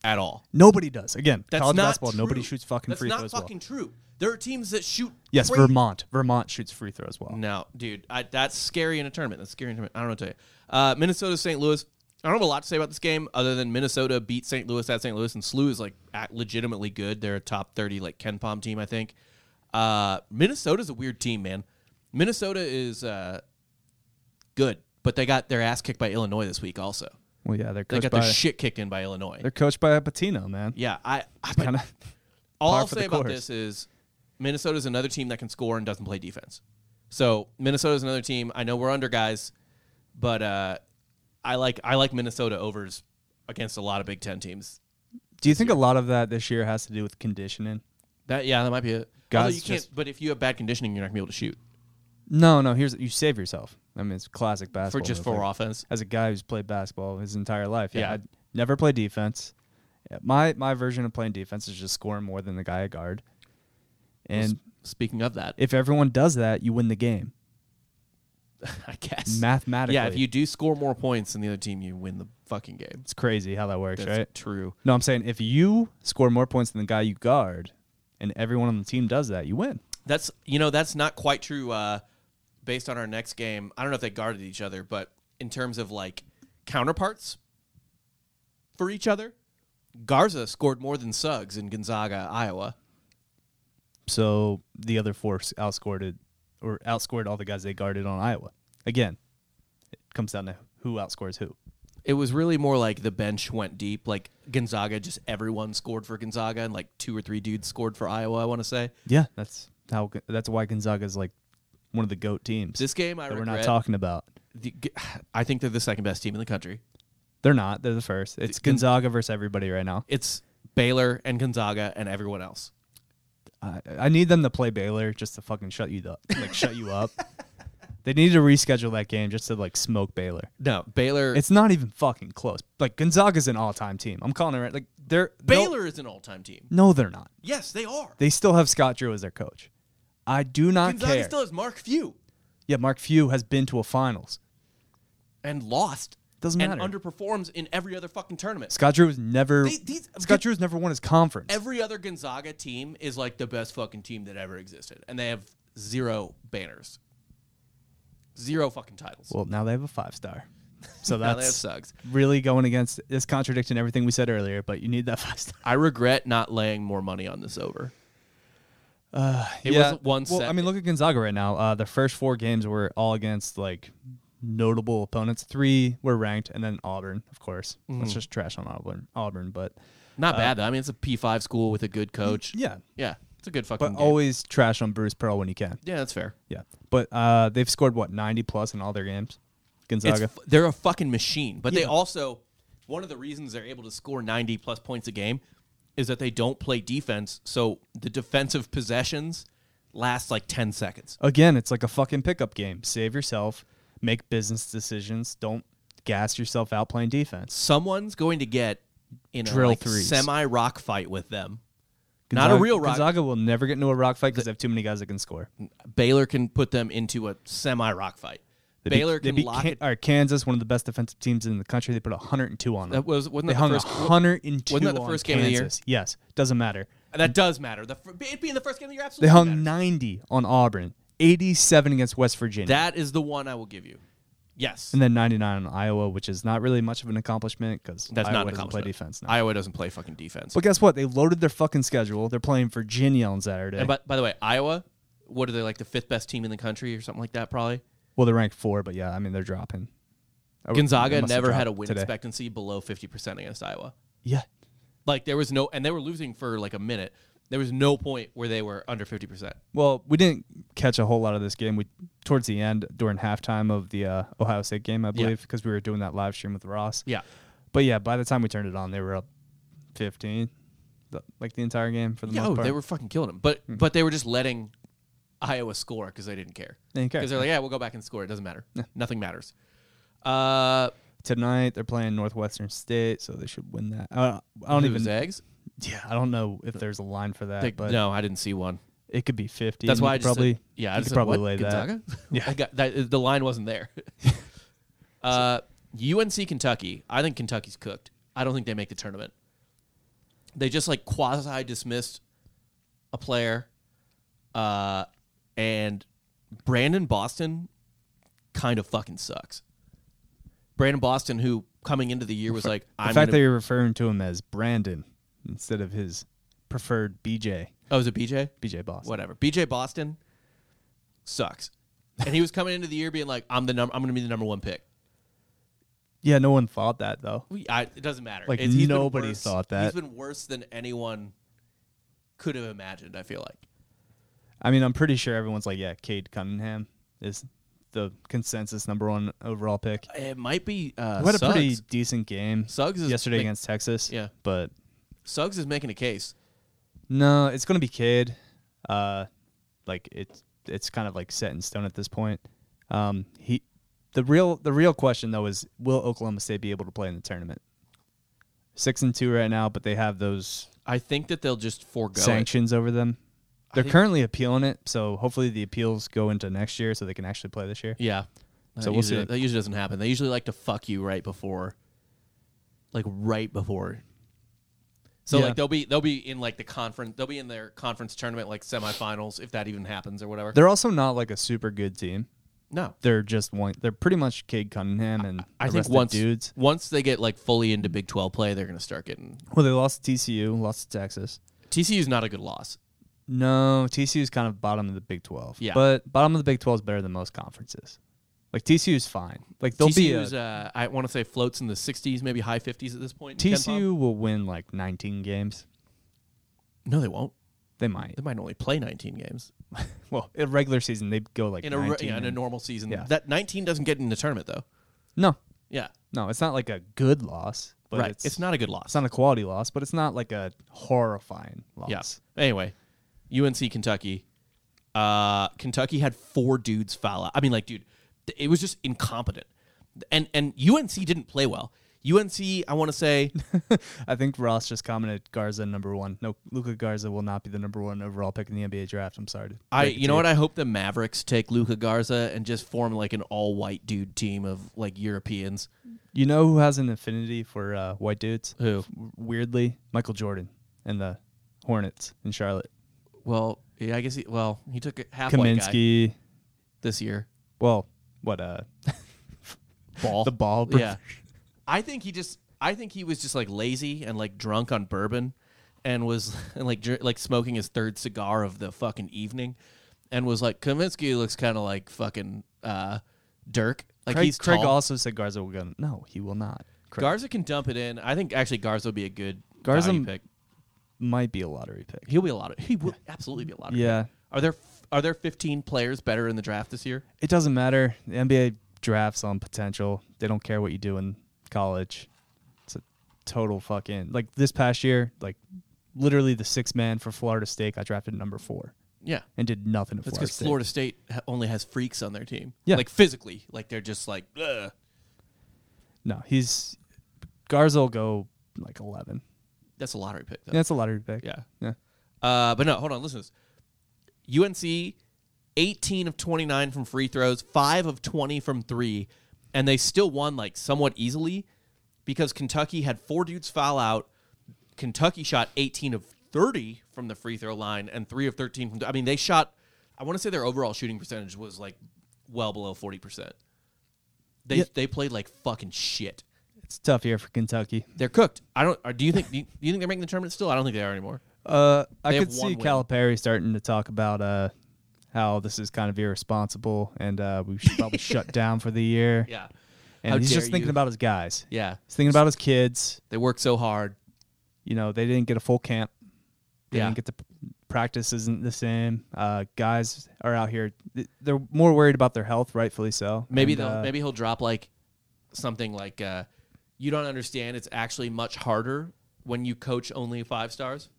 [SPEAKER 3] at all.
[SPEAKER 4] Nobody does. Again,
[SPEAKER 3] That's
[SPEAKER 4] college
[SPEAKER 3] not
[SPEAKER 4] basketball, nobody
[SPEAKER 3] true.
[SPEAKER 4] shoots fucking
[SPEAKER 3] That's
[SPEAKER 4] free
[SPEAKER 3] not
[SPEAKER 4] throws
[SPEAKER 3] fucking
[SPEAKER 4] well.
[SPEAKER 3] true. There are teams that shoot.
[SPEAKER 4] Yes,
[SPEAKER 3] crazy
[SPEAKER 4] Vermont. Vermont shoots free throws well.
[SPEAKER 3] No, dude, I, that's scary in a tournament. That's scary in a tournament. I don't know what to tell you. Uh, Minnesota, St. Louis. I don't have a lot to say about this game other than Minnesota beat St. Louis at St. Louis, and SLU is like at legitimately good. They're a top thirty like Ken Palm team, I think. Uh, Minnesota's a weird team, man. Minnesota is uh, good, but they got their ass kicked by Illinois this week. Also,
[SPEAKER 4] Well, yeah, they're
[SPEAKER 3] they
[SPEAKER 4] coached
[SPEAKER 3] got
[SPEAKER 4] by
[SPEAKER 3] their shit kicked in by Illinois.
[SPEAKER 4] they're coached by a Patino, man.
[SPEAKER 3] Yeah, I. I
[SPEAKER 4] Kind of.
[SPEAKER 3] all
[SPEAKER 4] par
[SPEAKER 3] I'll
[SPEAKER 4] for the
[SPEAKER 3] say about
[SPEAKER 4] course.
[SPEAKER 3] this is Minnesota's another team that can score and doesn't play defense. So Minnesota's another team. I know we're under guys, but uh, I like I like Minnesota overs against a lot of Big Ten teams.
[SPEAKER 4] Do you think a lot of that this year has to do with conditioning?
[SPEAKER 3] That yeah, that might be it. Although
[SPEAKER 4] Guys
[SPEAKER 3] you can't.
[SPEAKER 4] just-
[SPEAKER 3] But if you have bad conditioning, you're not gonna be able to shoot
[SPEAKER 4] No, no. Here's you save yourself. I mean, it's classic
[SPEAKER 3] for
[SPEAKER 4] basketball.
[SPEAKER 3] just
[SPEAKER 4] move.
[SPEAKER 3] for
[SPEAKER 4] Like,
[SPEAKER 3] offense.
[SPEAKER 4] As a guy who's played basketball his entire life, yeah,
[SPEAKER 3] Yeah.
[SPEAKER 4] I'd never play defense. Yeah, my my version of playing defense is just scoring more than the guy I guard. And
[SPEAKER 3] Speaking of that,
[SPEAKER 4] if everyone does that, you win the game
[SPEAKER 3] I guess
[SPEAKER 4] mathematically.
[SPEAKER 3] Yeah, if you do score more points than the other team, you win the fucking game.
[SPEAKER 4] it's crazy how that works,
[SPEAKER 3] That's
[SPEAKER 4] right?
[SPEAKER 3] true.
[SPEAKER 4] No, I'm saying if you score more points than the guy you guard, and everyone on the team does that, you win.
[SPEAKER 3] That's you know that's not quite true. Uh, based on our next game, I don't know if they guarded each other, but in terms of like counterparts for each other, Garza scored more than Suggs in Gonzaga, Iowa.
[SPEAKER 4] So the other four s- outscored it, or outscored all the guys they guarded on Iowa. Again, it comes down to who outscores who.
[SPEAKER 3] It was really more like the bench went deep. Like Gonzaga, just everyone scored for Gonzaga, and like two or three dudes scored for Iowa. I want to say
[SPEAKER 4] Yeah, that's how. G- That's why Gonzaga's like one of the goat teams
[SPEAKER 3] this game. I
[SPEAKER 4] that we're
[SPEAKER 3] regret.
[SPEAKER 4] not talking about.
[SPEAKER 3] the, I think they're the second best team in the country.
[SPEAKER 4] They're not. They're the first. It's
[SPEAKER 3] Gon-
[SPEAKER 4] Gonzaga versus everybody right now.
[SPEAKER 3] It's Baylor and Gonzaga and everyone else.
[SPEAKER 4] I, I need them to play Baylor just to fucking shut you up. Like shut you up. They need to reschedule that game just to like smoke Baylor.
[SPEAKER 3] No, Baylor.
[SPEAKER 4] It's not even fucking close. Like Gonzaga's an all-time team. I'm calling it right. Like they're they'll-
[SPEAKER 3] Baylor is an all-time team.
[SPEAKER 4] No, they're not.
[SPEAKER 3] Yes, they are.
[SPEAKER 4] They still have Scott Drew as their coach. I do not
[SPEAKER 3] Gonzaga
[SPEAKER 4] care.
[SPEAKER 3] still has Mark Few
[SPEAKER 4] yeah, Mark Few has been to a finals.
[SPEAKER 3] and lost.
[SPEAKER 4] Doesn't
[SPEAKER 3] and
[SPEAKER 4] matter.
[SPEAKER 3] underperforms in every other fucking tournament.
[SPEAKER 4] Scott Drew was never
[SPEAKER 3] They- these-
[SPEAKER 4] Scott Drew's never won his conference.
[SPEAKER 3] every other Gonzaga team is like the best fucking team that ever existed, and they have zero banners, zero fucking titles.
[SPEAKER 4] well, now they have a five star. So
[SPEAKER 3] Now
[SPEAKER 4] that's
[SPEAKER 3] that sucks.
[SPEAKER 4] really going against this contradicting everything we said earlier, but you need that five star.
[SPEAKER 3] I regret not laying more money on this over. it was one
[SPEAKER 4] Uh, Well,
[SPEAKER 3] set.
[SPEAKER 4] I mean, look at Gonzaga right now. Uh, the first four games were all against like notable opponents. Three were ranked, and then Auburn, of course.
[SPEAKER 3] Mm.
[SPEAKER 4] Let's just trash on Auburn, Auburn, but
[SPEAKER 3] Not bad though. I mean, it's a P five school with a good coach.
[SPEAKER 4] uh, yeah,
[SPEAKER 3] yeah, it's a good fucking.
[SPEAKER 4] but
[SPEAKER 3] game.
[SPEAKER 4] always trash on Bruce Pearl when you can.
[SPEAKER 3] yeah, that's fair.
[SPEAKER 4] Yeah, but uh, they've scored what ninety plus in all their games.
[SPEAKER 3] It's
[SPEAKER 4] Gonzaga.
[SPEAKER 3] f- they're a fucking machine, but they also one of the reasons they're able to score ninety plus points a game is that they don't play defense. So the defensive possessions last like ten seconds.
[SPEAKER 4] Again, it's like a fucking pickup game. Save yourself. Make business decisions. Don't gas yourself out playing defense.
[SPEAKER 3] someone's going to get in a
[SPEAKER 4] Drill
[SPEAKER 3] like,
[SPEAKER 4] threes.
[SPEAKER 3] semi rock fight with them. Not a
[SPEAKER 4] Gonzaga-
[SPEAKER 3] real rock.
[SPEAKER 4] Gonzaga will never get into a rock fight because they have too many guys that can score.
[SPEAKER 3] Baylor can put them into a semi rock fight.
[SPEAKER 4] They beat-
[SPEAKER 3] Baylor
[SPEAKER 4] they
[SPEAKER 3] can
[SPEAKER 4] beat
[SPEAKER 3] lock
[SPEAKER 4] Kan-
[SPEAKER 3] it.
[SPEAKER 4] or Kansas, one of the best defensive teams in the country. They put 102 on them.
[SPEAKER 3] That was- wasn't
[SPEAKER 4] they
[SPEAKER 3] that the
[SPEAKER 4] hung
[SPEAKER 3] first-
[SPEAKER 4] 102
[SPEAKER 3] wasn't that the
[SPEAKER 4] on
[SPEAKER 3] first game of the year?
[SPEAKER 4] Kansas. Yes, doesn't matter.
[SPEAKER 3] That does matter. The, fir- it being the first game of the year,
[SPEAKER 4] They
[SPEAKER 3] absolutely.
[SPEAKER 4] hung
[SPEAKER 3] matters.
[SPEAKER 4] 90 on Auburn, 87 against West Virginia,
[SPEAKER 3] That is the one I will give you. Yes,
[SPEAKER 4] and then 99 on Iowa, which is not really much of an accomplishment because
[SPEAKER 3] that's
[SPEAKER 4] Iowa
[SPEAKER 3] not an
[SPEAKER 4] doesn't play
[SPEAKER 3] accomplishment.
[SPEAKER 4] defense. Now.
[SPEAKER 3] Iowa doesn't play fucking defense.
[SPEAKER 4] but guess what? They loaded their fucking schedule. They're playing Virginia on Saturday.
[SPEAKER 3] and by, by the way, Iowa, what are they like the fifth best team in the country or something like that? Probably.
[SPEAKER 4] well, they're ranked four, but yeah, I mean they're dropping. Or they
[SPEAKER 3] Gonzaga
[SPEAKER 4] must have
[SPEAKER 3] never had a
[SPEAKER 4] dropped
[SPEAKER 3] win
[SPEAKER 4] today.
[SPEAKER 3] expectancy below fifty percent against Iowa.
[SPEAKER 4] Yeah,
[SPEAKER 3] Like there was no, and they were losing for like a minute. There was no point where they were under fifty percent.
[SPEAKER 4] Well, we didn't catch a whole lot of this game. We towards the end during halftime of the uh, Ohio State game, I believe, because we were doing that live stream with Ross.
[SPEAKER 3] Yeah.
[SPEAKER 4] But yeah, by the time we turned it on, they were up fifteen, the, like the entire game for the
[SPEAKER 3] Yeah,
[SPEAKER 4] most
[SPEAKER 3] oh,
[SPEAKER 4] part. Mm-hmm.
[SPEAKER 3] they were fucking killing them, but but they were just letting Iowa score because they didn't care.
[SPEAKER 4] They didn't care.
[SPEAKER 3] because they're like, yeah, we'll go back and score. It doesn't matter. Nothing matters. Uh,
[SPEAKER 4] Tonight they're playing Northwestern State, so they should win that. Uh, I don't
[SPEAKER 3] it was
[SPEAKER 4] even.
[SPEAKER 3] eggs.
[SPEAKER 4] Yeah, I don't know if there's a line for that,
[SPEAKER 3] They-
[SPEAKER 4] but
[SPEAKER 3] no, I didn't see one.
[SPEAKER 4] it could be fifty.
[SPEAKER 3] That's
[SPEAKER 4] and
[SPEAKER 3] why
[SPEAKER 4] you
[SPEAKER 3] I
[SPEAKER 4] could
[SPEAKER 3] just
[SPEAKER 4] probably
[SPEAKER 3] said, yeah, I
[SPEAKER 4] you
[SPEAKER 3] just
[SPEAKER 4] could
[SPEAKER 3] said,
[SPEAKER 4] probably
[SPEAKER 3] what,
[SPEAKER 4] lay
[SPEAKER 3] Gonzaga?
[SPEAKER 4] that.
[SPEAKER 3] I got, that. The line wasn't there. uh, UNC Kentucky. I think Kentucky's cooked. I don't think they make the tournament. They just like quasi dismissed a player, uh, and Brandon Boston kind of fucking sucks. Brandon Boston, who coming into the year was like,
[SPEAKER 4] The
[SPEAKER 3] I'm
[SPEAKER 4] fact that
[SPEAKER 3] gonna,
[SPEAKER 4] you're referring to him as Brandon instead of his preferred BJ,
[SPEAKER 3] oh, is it BJ?
[SPEAKER 4] BJ Boss.
[SPEAKER 3] whatever. BJ Boston sucks. And he was coming into the year being like, I'm the number, I'm going to be the number one pick.
[SPEAKER 4] Yeah, no one thought that though.
[SPEAKER 3] We, I, it doesn't matter.
[SPEAKER 4] Like,
[SPEAKER 3] he's been
[SPEAKER 4] nobody
[SPEAKER 3] worse-
[SPEAKER 4] thought that.
[SPEAKER 3] He's been worse than anyone could have imagined. I feel like
[SPEAKER 4] I mean, I'm pretty sure everyone's like, yeah, Cade Cunningham is the consensus number one overall pick.
[SPEAKER 3] it might be. Uh,
[SPEAKER 4] What a
[SPEAKER 3] Suggs.
[SPEAKER 4] pretty decent game.
[SPEAKER 3] Suggs is
[SPEAKER 4] yesterday
[SPEAKER 3] big-
[SPEAKER 4] against Texas.
[SPEAKER 3] Yeah.
[SPEAKER 4] but
[SPEAKER 3] Suggs is making a case.
[SPEAKER 4] no, it's gonna be Cade. Uh, like it's it's kind of like set in stone at this point. Um, he the real the real question though is will Oklahoma State be able to play in the tournament? Six and two right now, but they have those
[SPEAKER 3] I think that they'll just forego it.
[SPEAKER 4] sanctions over them. They're
[SPEAKER 3] think-
[SPEAKER 4] currently appealing it, so hopefully the appeals go into next year, so they can actually play this year.
[SPEAKER 3] Yeah. That
[SPEAKER 4] So we'll
[SPEAKER 3] usually,
[SPEAKER 4] see.
[SPEAKER 3] That usually doesn't happen. They usually like to fuck you right before, like right before. So
[SPEAKER 4] Yeah.
[SPEAKER 3] like they'll be they'll be in like the conference they'll be in their conference tournament like semifinals if that even happens or whatever.
[SPEAKER 4] They're also not like a super good team.
[SPEAKER 3] no,
[SPEAKER 4] They're just one. They're pretty much Cade Cunningham and
[SPEAKER 3] I
[SPEAKER 4] the
[SPEAKER 3] think
[SPEAKER 4] rest of
[SPEAKER 3] once
[SPEAKER 4] dudes.
[SPEAKER 3] once they get like fully into Big Twelve play, they're gonna start getting
[SPEAKER 4] Well, they lost to TCU, lost to Texas.
[SPEAKER 3] TCU's not a good loss.
[SPEAKER 4] No, TCU's kind of bottom of the Big Twelve.
[SPEAKER 3] Yeah.
[SPEAKER 4] but bottom of the Big Twelve is better than most conferences. Like TCU's fine. Like they'll
[SPEAKER 3] TCU's
[SPEAKER 4] be a,
[SPEAKER 3] uh, I want to say floats in the 60s, maybe high 50s at this point. in Ken Pom.
[SPEAKER 4] TCU will win like 19 games.
[SPEAKER 3] No, they won't.
[SPEAKER 4] They might.
[SPEAKER 3] They might only play 19 games
[SPEAKER 4] Well, in regular season they go like
[SPEAKER 3] in a,
[SPEAKER 4] 19.
[SPEAKER 3] re- yeah, in a
[SPEAKER 4] and-
[SPEAKER 3] normal season.
[SPEAKER 4] Yeah.
[SPEAKER 3] That 19 doesn't get in the tournament though.
[SPEAKER 4] no,
[SPEAKER 3] Yeah,
[SPEAKER 4] no, it's not like a good loss. But
[SPEAKER 3] right.
[SPEAKER 4] It's,
[SPEAKER 3] It's, not a good loss.
[SPEAKER 4] It's not a quality loss, but it's not like a horrifying loss.
[SPEAKER 3] Yes. Anyway, UNC Kentucky. Uh, Kentucky had four dudes foul out. I mean, like, dude, th- it was just incompetent. And and UNC didn't play well. UNC, I want to say,
[SPEAKER 4] I think Ross just commented Garza number one. No, Luca Garza will not be the number one overall pick in the NBA draft. I'm sorry. to
[SPEAKER 3] I
[SPEAKER 4] break it
[SPEAKER 3] you
[SPEAKER 4] to
[SPEAKER 3] know what? I hope the Mavericks take Luca Garza and just form like an all white dude team of like Europeans.
[SPEAKER 4] You know who has an affinity for uh, white dudes?
[SPEAKER 3] Who?
[SPEAKER 4] Weirdly, Michael Jordan and the Hornets in Charlotte.
[SPEAKER 3] Well, yeah, I guess. He, well, he took a half white guy
[SPEAKER 4] Kaminsky.
[SPEAKER 3] this year.
[SPEAKER 4] Well, what uh,
[SPEAKER 3] Ball.
[SPEAKER 4] the ball?
[SPEAKER 3] Yeah. I think he just. I think he was just like lazy and like drunk on bourbon, and was and like dr- like smoking his third cigar of the fucking evening, and was like Kaminsky looks kind of like fucking uh, Dirk. Like
[SPEAKER 4] Craig,
[SPEAKER 3] he's
[SPEAKER 4] Craig
[SPEAKER 3] tall.
[SPEAKER 4] also said Garza will go. No, he will not. Craig
[SPEAKER 3] Garza can dump it in. I think actually Garza will be a good
[SPEAKER 4] Garza-
[SPEAKER 3] value pick.
[SPEAKER 4] might be a lottery pick.
[SPEAKER 3] He'll be a lot. Of, he will absolutely be a lot. Of
[SPEAKER 4] Yeah.
[SPEAKER 3] Are there are there 15 players better in the draft this year?
[SPEAKER 4] It doesn't matter. The NBA drafts on potential. They don't care what you do in college. It's a total fucking like this past year, like literally the sixth man for Florida State got drafted at number four
[SPEAKER 3] Yeah.
[SPEAKER 4] and did nothing at
[SPEAKER 3] That's
[SPEAKER 4] Florida
[SPEAKER 3] because
[SPEAKER 4] State.
[SPEAKER 3] Florida State ha- only has freaks on their team.
[SPEAKER 4] Yeah.
[SPEAKER 3] Like physically, like they're just like, Ugh.
[SPEAKER 4] No, he's Garza will go like eleven.
[SPEAKER 3] that's a lottery pick. Though.
[SPEAKER 4] That's a lottery pick.
[SPEAKER 3] Yeah.
[SPEAKER 4] Yeah.
[SPEAKER 3] Uh, but no, hold on. Listen to this. UNC, 18 of 29 from free throws, 5 of 20 from three, and they still won, like, somewhat easily because Kentucky had four dudes foul out. Kentucky shot 18 of 30 from the free throw line and 3 of 13 from. I mean, they shot, I want to say their overall shooting percentage was, like, well below 40%. They,
[SPEAKER 4] Yeah.
[SPEAKER 3] they played like fucking shit.
[SPEAKER 4] It's a tough year for Kentucky.
[SPEAKER 3] They're cooked. I don't. Or do you think? Do you, do you think they're making the tournament still? I don't think they are anymore.
[SPEAKER 4] Uh,
[SPEAKER 3] They
[SPEAKER 4] I
[SPEAKER 3] have
[SPEAKER 4] could
[SPEAKER 3] one
[SPEAKER 4] see
[SPEAKER 3] win.
[SPEAKER 4] Calipari starting to talk about uh, how this is kind of irresponsible and uh, we should probably shut down for the year.
[SPEAKER 3] Yeah.
[SPEAKER 4] And
[SPEAKER 3] How
[SPEAKER 4] he's
[SPEAKER 3] dare
[SPEAKER 4] just thinking
[SPEAKER 3] you.
[SPEAKER 4] about his guys.
[SPEAKER 3] Yeah.
[SPEAKER 4] He's thinking about his kids.
[SPEAKER 3] They work so hard.
[SPEAKER 4] You know, they didn't get a full camp. They
[SPEAKER 3] Yeah.
[SPEAKER 4] didn't get to practice isn't the same. Uh, guys are out here. th- They're more worried about their health, rightfully so.
[SPEAKER 3] Maybe
[SPEAKER 4] And,
[SPEAKER 3] they'll
[SPEAKER 4] uh,
[SPEAKER 3] maybe he'll drop like something like uh, you don't understand. It's actually much harder when you coach only five stars.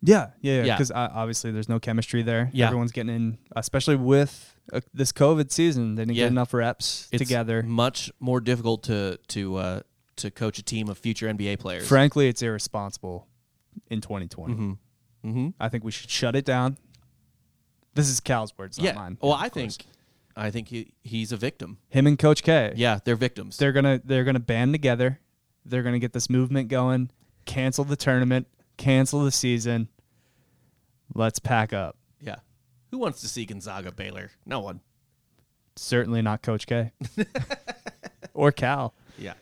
[SPEAKER 4] Yeah, yeah, yeah.
[SPEAKER 3] Yeah.
[SPEAKER 4] Because obviously there's no chemistry there.
[SPEAKER 3] Yeah.
[SPEAKER 4] Everyone's getting in, especially with uh, this COVID season. They didn't
[SPEAKER 3] Yeah.
[SPEAKER 4] get enough reps
[SPEAKER 3] It's
[SPEAKER 4] together.
[SPEAKER 3] much more difficult to to uh, to coach a team of future NBA players.
[SPEAKER 4] Frankly, it's irresponsible in 2020.
[SPEAKER 3] Mhm.
[SPEAKER 4] I think we should shut it down. This is Cal's words, not
[SPEAKER 3] yeah.
[SPEAKER 4] mine.
[SPEAKER 3] well,
[SPEAKER 4] of
[SPEAKER 3] I
[SPEAKER 4] course.
[SPEAKER 3] think I think he, he's a victim.
[SPEAKER 4] him and Coach K.
[SPEAKER 3] Yeah, they're victims.
[SPEAKER 4] they're gonna they're gonna band together. They're gonna get this movement going. Cancel the tournament. Cancel the season. Let's pack up.
[SPEAKER 3] yeah. Who wants to see Gonzaga Baylor? No one.
[SPEAKER 4] Certainly not Coach K or Cal.
[SPEAKER 3] Yeah.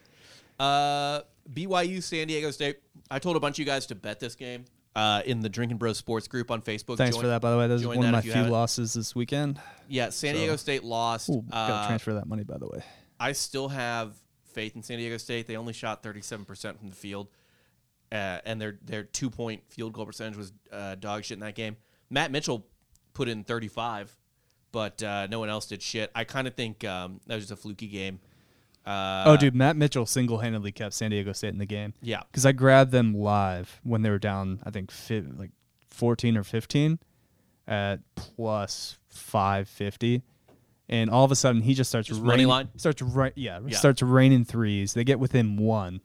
[SPEAKER 3] Uh, BYU San Diego State. I told a bunch of you guys to bet this game uh, in the Drinking Bros Sports group on Facebook.
[SPEAKER 4] Thanks
[SPEAKER 3] Join-
[SPEAKER 4] for that, by the way. That was
[SPEAKER 3] join
[SPEAKER 4] one
[SPEAKER 3] that
[SPEAKER 4] of my
[SPEAKER 3] if you
[SPEAKER 4] few
[SPEAKER 3] haven't.
[SPEAKER 4] losses this weekend.
[SPEAKER 3] Yeah, San Diego State lost.
[SPEAKER 4] Ooh, gotta
[SPEAKER 3] Uh,
[SPEAKER 4] transfer that money, by the way.
[SPEAKER 3] I still have faith in San Diego State. They only shot 37% from the field, uh, and their their two point field goal percentage was uh, dog shit in that game. Matt Mitchell put in 35, but uh, no one else did shit. I kind of think um, that was just a fluky game. Uh,
[SPEAKER 4] oh, dude, Matt Mitchell single handedly kept San Diego State in the game.
[SPEAKER 3] Yeah.
[SPEAKER 4] because I grabbed them live when they were down. I think fi like fourteen or fifteen at plus five fifty, and all of a sudden he just starts
[SPEAKER 3] Just money
[SPEAKER 4] raining,
[SPEAKER 3] line?
[SPEAKER 4] starts right yeah,
[SPEAKER 3] Yeah.
[SPEAKER 4] starts raining threes. They get within one,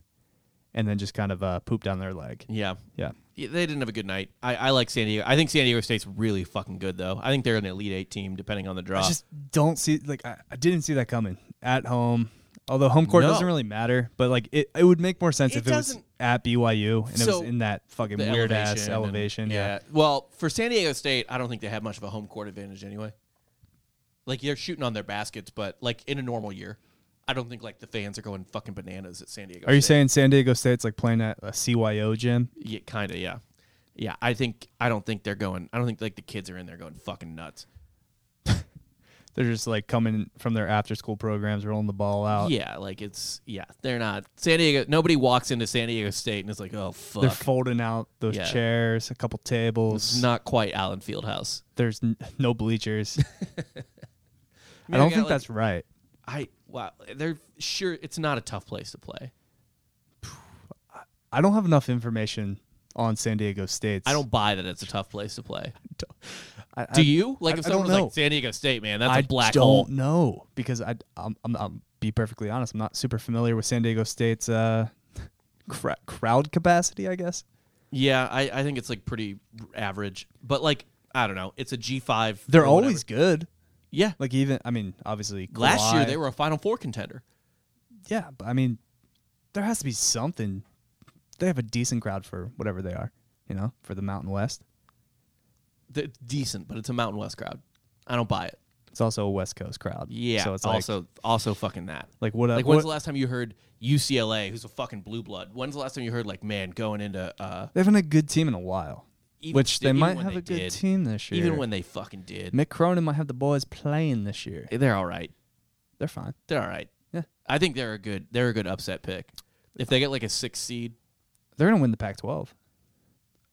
[SPEAKER 4] and then just kind of uh, poop down their leg.
[SPEAKER 3] Yeah.
[SPEAKER 4] Yeah,
[SPEAKER 3] Yeah, they didn't have a good night. I, I like San Diego. I think San Diego State's really fucking good, though. I think they're an elite eight team, depending on the draw.
[SPEAKER 4] I just don't see like I, I didn't see that coming at home. Although home court
[SPEAKER 3] No.
[SPEAKER 4] doesn't really matter, but like it, it would make more sense
[SPEAKER 3] It
[SPEAKER 4] if it was
[SPEAKER 3] doesn't-
[SPEAKER 4] at BYU and it
[SPEAKER 3] So,
[SPEAKER 4] was in that fucking
[SPEAKER 3] The
[SPEAKER 4] weird ass
[SPEAKER 3] and-
[SPEAKER 4] elevation. yeah.
[SPEAKER 3] Well, for San Diego State, I don't think they have much of a home court advantage anyway. Like they're shooting on their baskets, but like in a normal year, I don't think like the fans are going fucking bananas at San Diego.
[SPEAKER 4] Are you
[SPEAKER 3] State.
[SPEAKER 4] saying San Diego State's like playing at a CYO gym?
[SPEAKER 3] Yeah, kind of. Yeah, yeah. I think I don't think they're going. I don't think like the kids are in there going fucking nuts.
[SPEAKER 4] They're just like coming from their after school programs, rolling the ball out.
[SPEAKER 3] Yeah, like it's yeah. They're not San Diego. Nobody walks into San Diego State and is like, oh fuck.
[SPEAKER 4] They're folding out those
[SPEAKER 3] Yeah. Mm-hmm.
[SPEAKER 4] chairs, a couple tables.
[SPEAKER 3] it's not quite Allen Fieldhouse.
[SPEAKER 4] There's n- no bleachers. I
[SPEAKER 3] mean,
[SPEAKER 4] don't
[SPEAKER 3] I got,
[SPEAKER 4] think
[SPEAKER 3] like-
[SPEAKER 4] that's right.
[SPEAKER 3] I wow. They're sure it's not a tough place to play.
[SPEAKER 4] I don't have enough information on San Diego State's.
[SPEAKER 3] I don't buy that it's a tough place to play.
[SPEAKER 4] I,
[SPEAKER 3] Do
[SPEAKER 4] I-
[SPEAKER 3] you like
[SPEAKER 4] I-
[SPEAKER 3] if
[SPEAKER 4] I don't
[SPEAKER 3] someone's
[SPEAKER 4] know.
[SPEAKER 3] like San Diego State, man? That's a
[SPEAKER 4] I
[SPEAKER 3] black
[SPEAKER 4] don't
[SPEAKER 3] hole.
[SPEAKER 4] know because I I'm, I'm, I'm be perfectly honest. I'm not super familiar with San Diego State's uh, cra- crowd capacity. I guess
[SPEAKER 3] Yeah, I, I think it's like pretty average, but like I don't know. It's a G five.
[SPEAKER 4] they're always good.
[SPEAKER 3] yeah.
[SPEAKER 4] Like even I mean, obviously
[SPEAKER 3] Last year
[SPEAKER 4] Kawhi-
[SPEAKER 3] they were a Final Four contender.
[SPEAKER 4] Yeah, but I mean, there has to be something. They have a decent crowd for whatever they are, you know, for the Mountain West.
[SPEAKER 3] They're decent, but it's a Mountain West crowd. I don't buy it.
[SPEAKER 4] It's also a West Coast crowd.
[SPEAKER 3] Yeah.
[SPEAKER 4] So it's like-
[SPEAKER 3] also also fucking that.
[SPEAKER 4] Like, what, uh,
[SPEAKER 3] Like when's
[SPEAKER 4] what-
[SPEAKER 3] the last time you heard UCLA, who's a fucking blue blood? When's the last time you heard like man going into uh
[SPEAKER 4] they haven't had a good team in a while,
[SPEAKER 3] even-
[SPEAKER 4] which they
[SPEAKER 3] even
[SPEAKER 4] might
[SPEAKER 3] when
[SPEAKER 4] have
[SPEAKER 3] they
[SPEAKER 4] a good
[SPEAKER 3] did.
[SPEAKER 4] team this year.
[SPEAKER 3] Even when they fucking did,
[SPEAKER 4] Mick Cronin might have the boys playing this year,
[SPEAKER 3] they're all right.
[SPEAKER 4] they're fine.
[SPEAKER 3] They're all right.
[SPEAKER 4] Yeah.
[SPEAKER 3] I think they're a good they're a good upset pick. If they get like a six seed,
[SPEAKER 4] They're gonna win the Pac-12.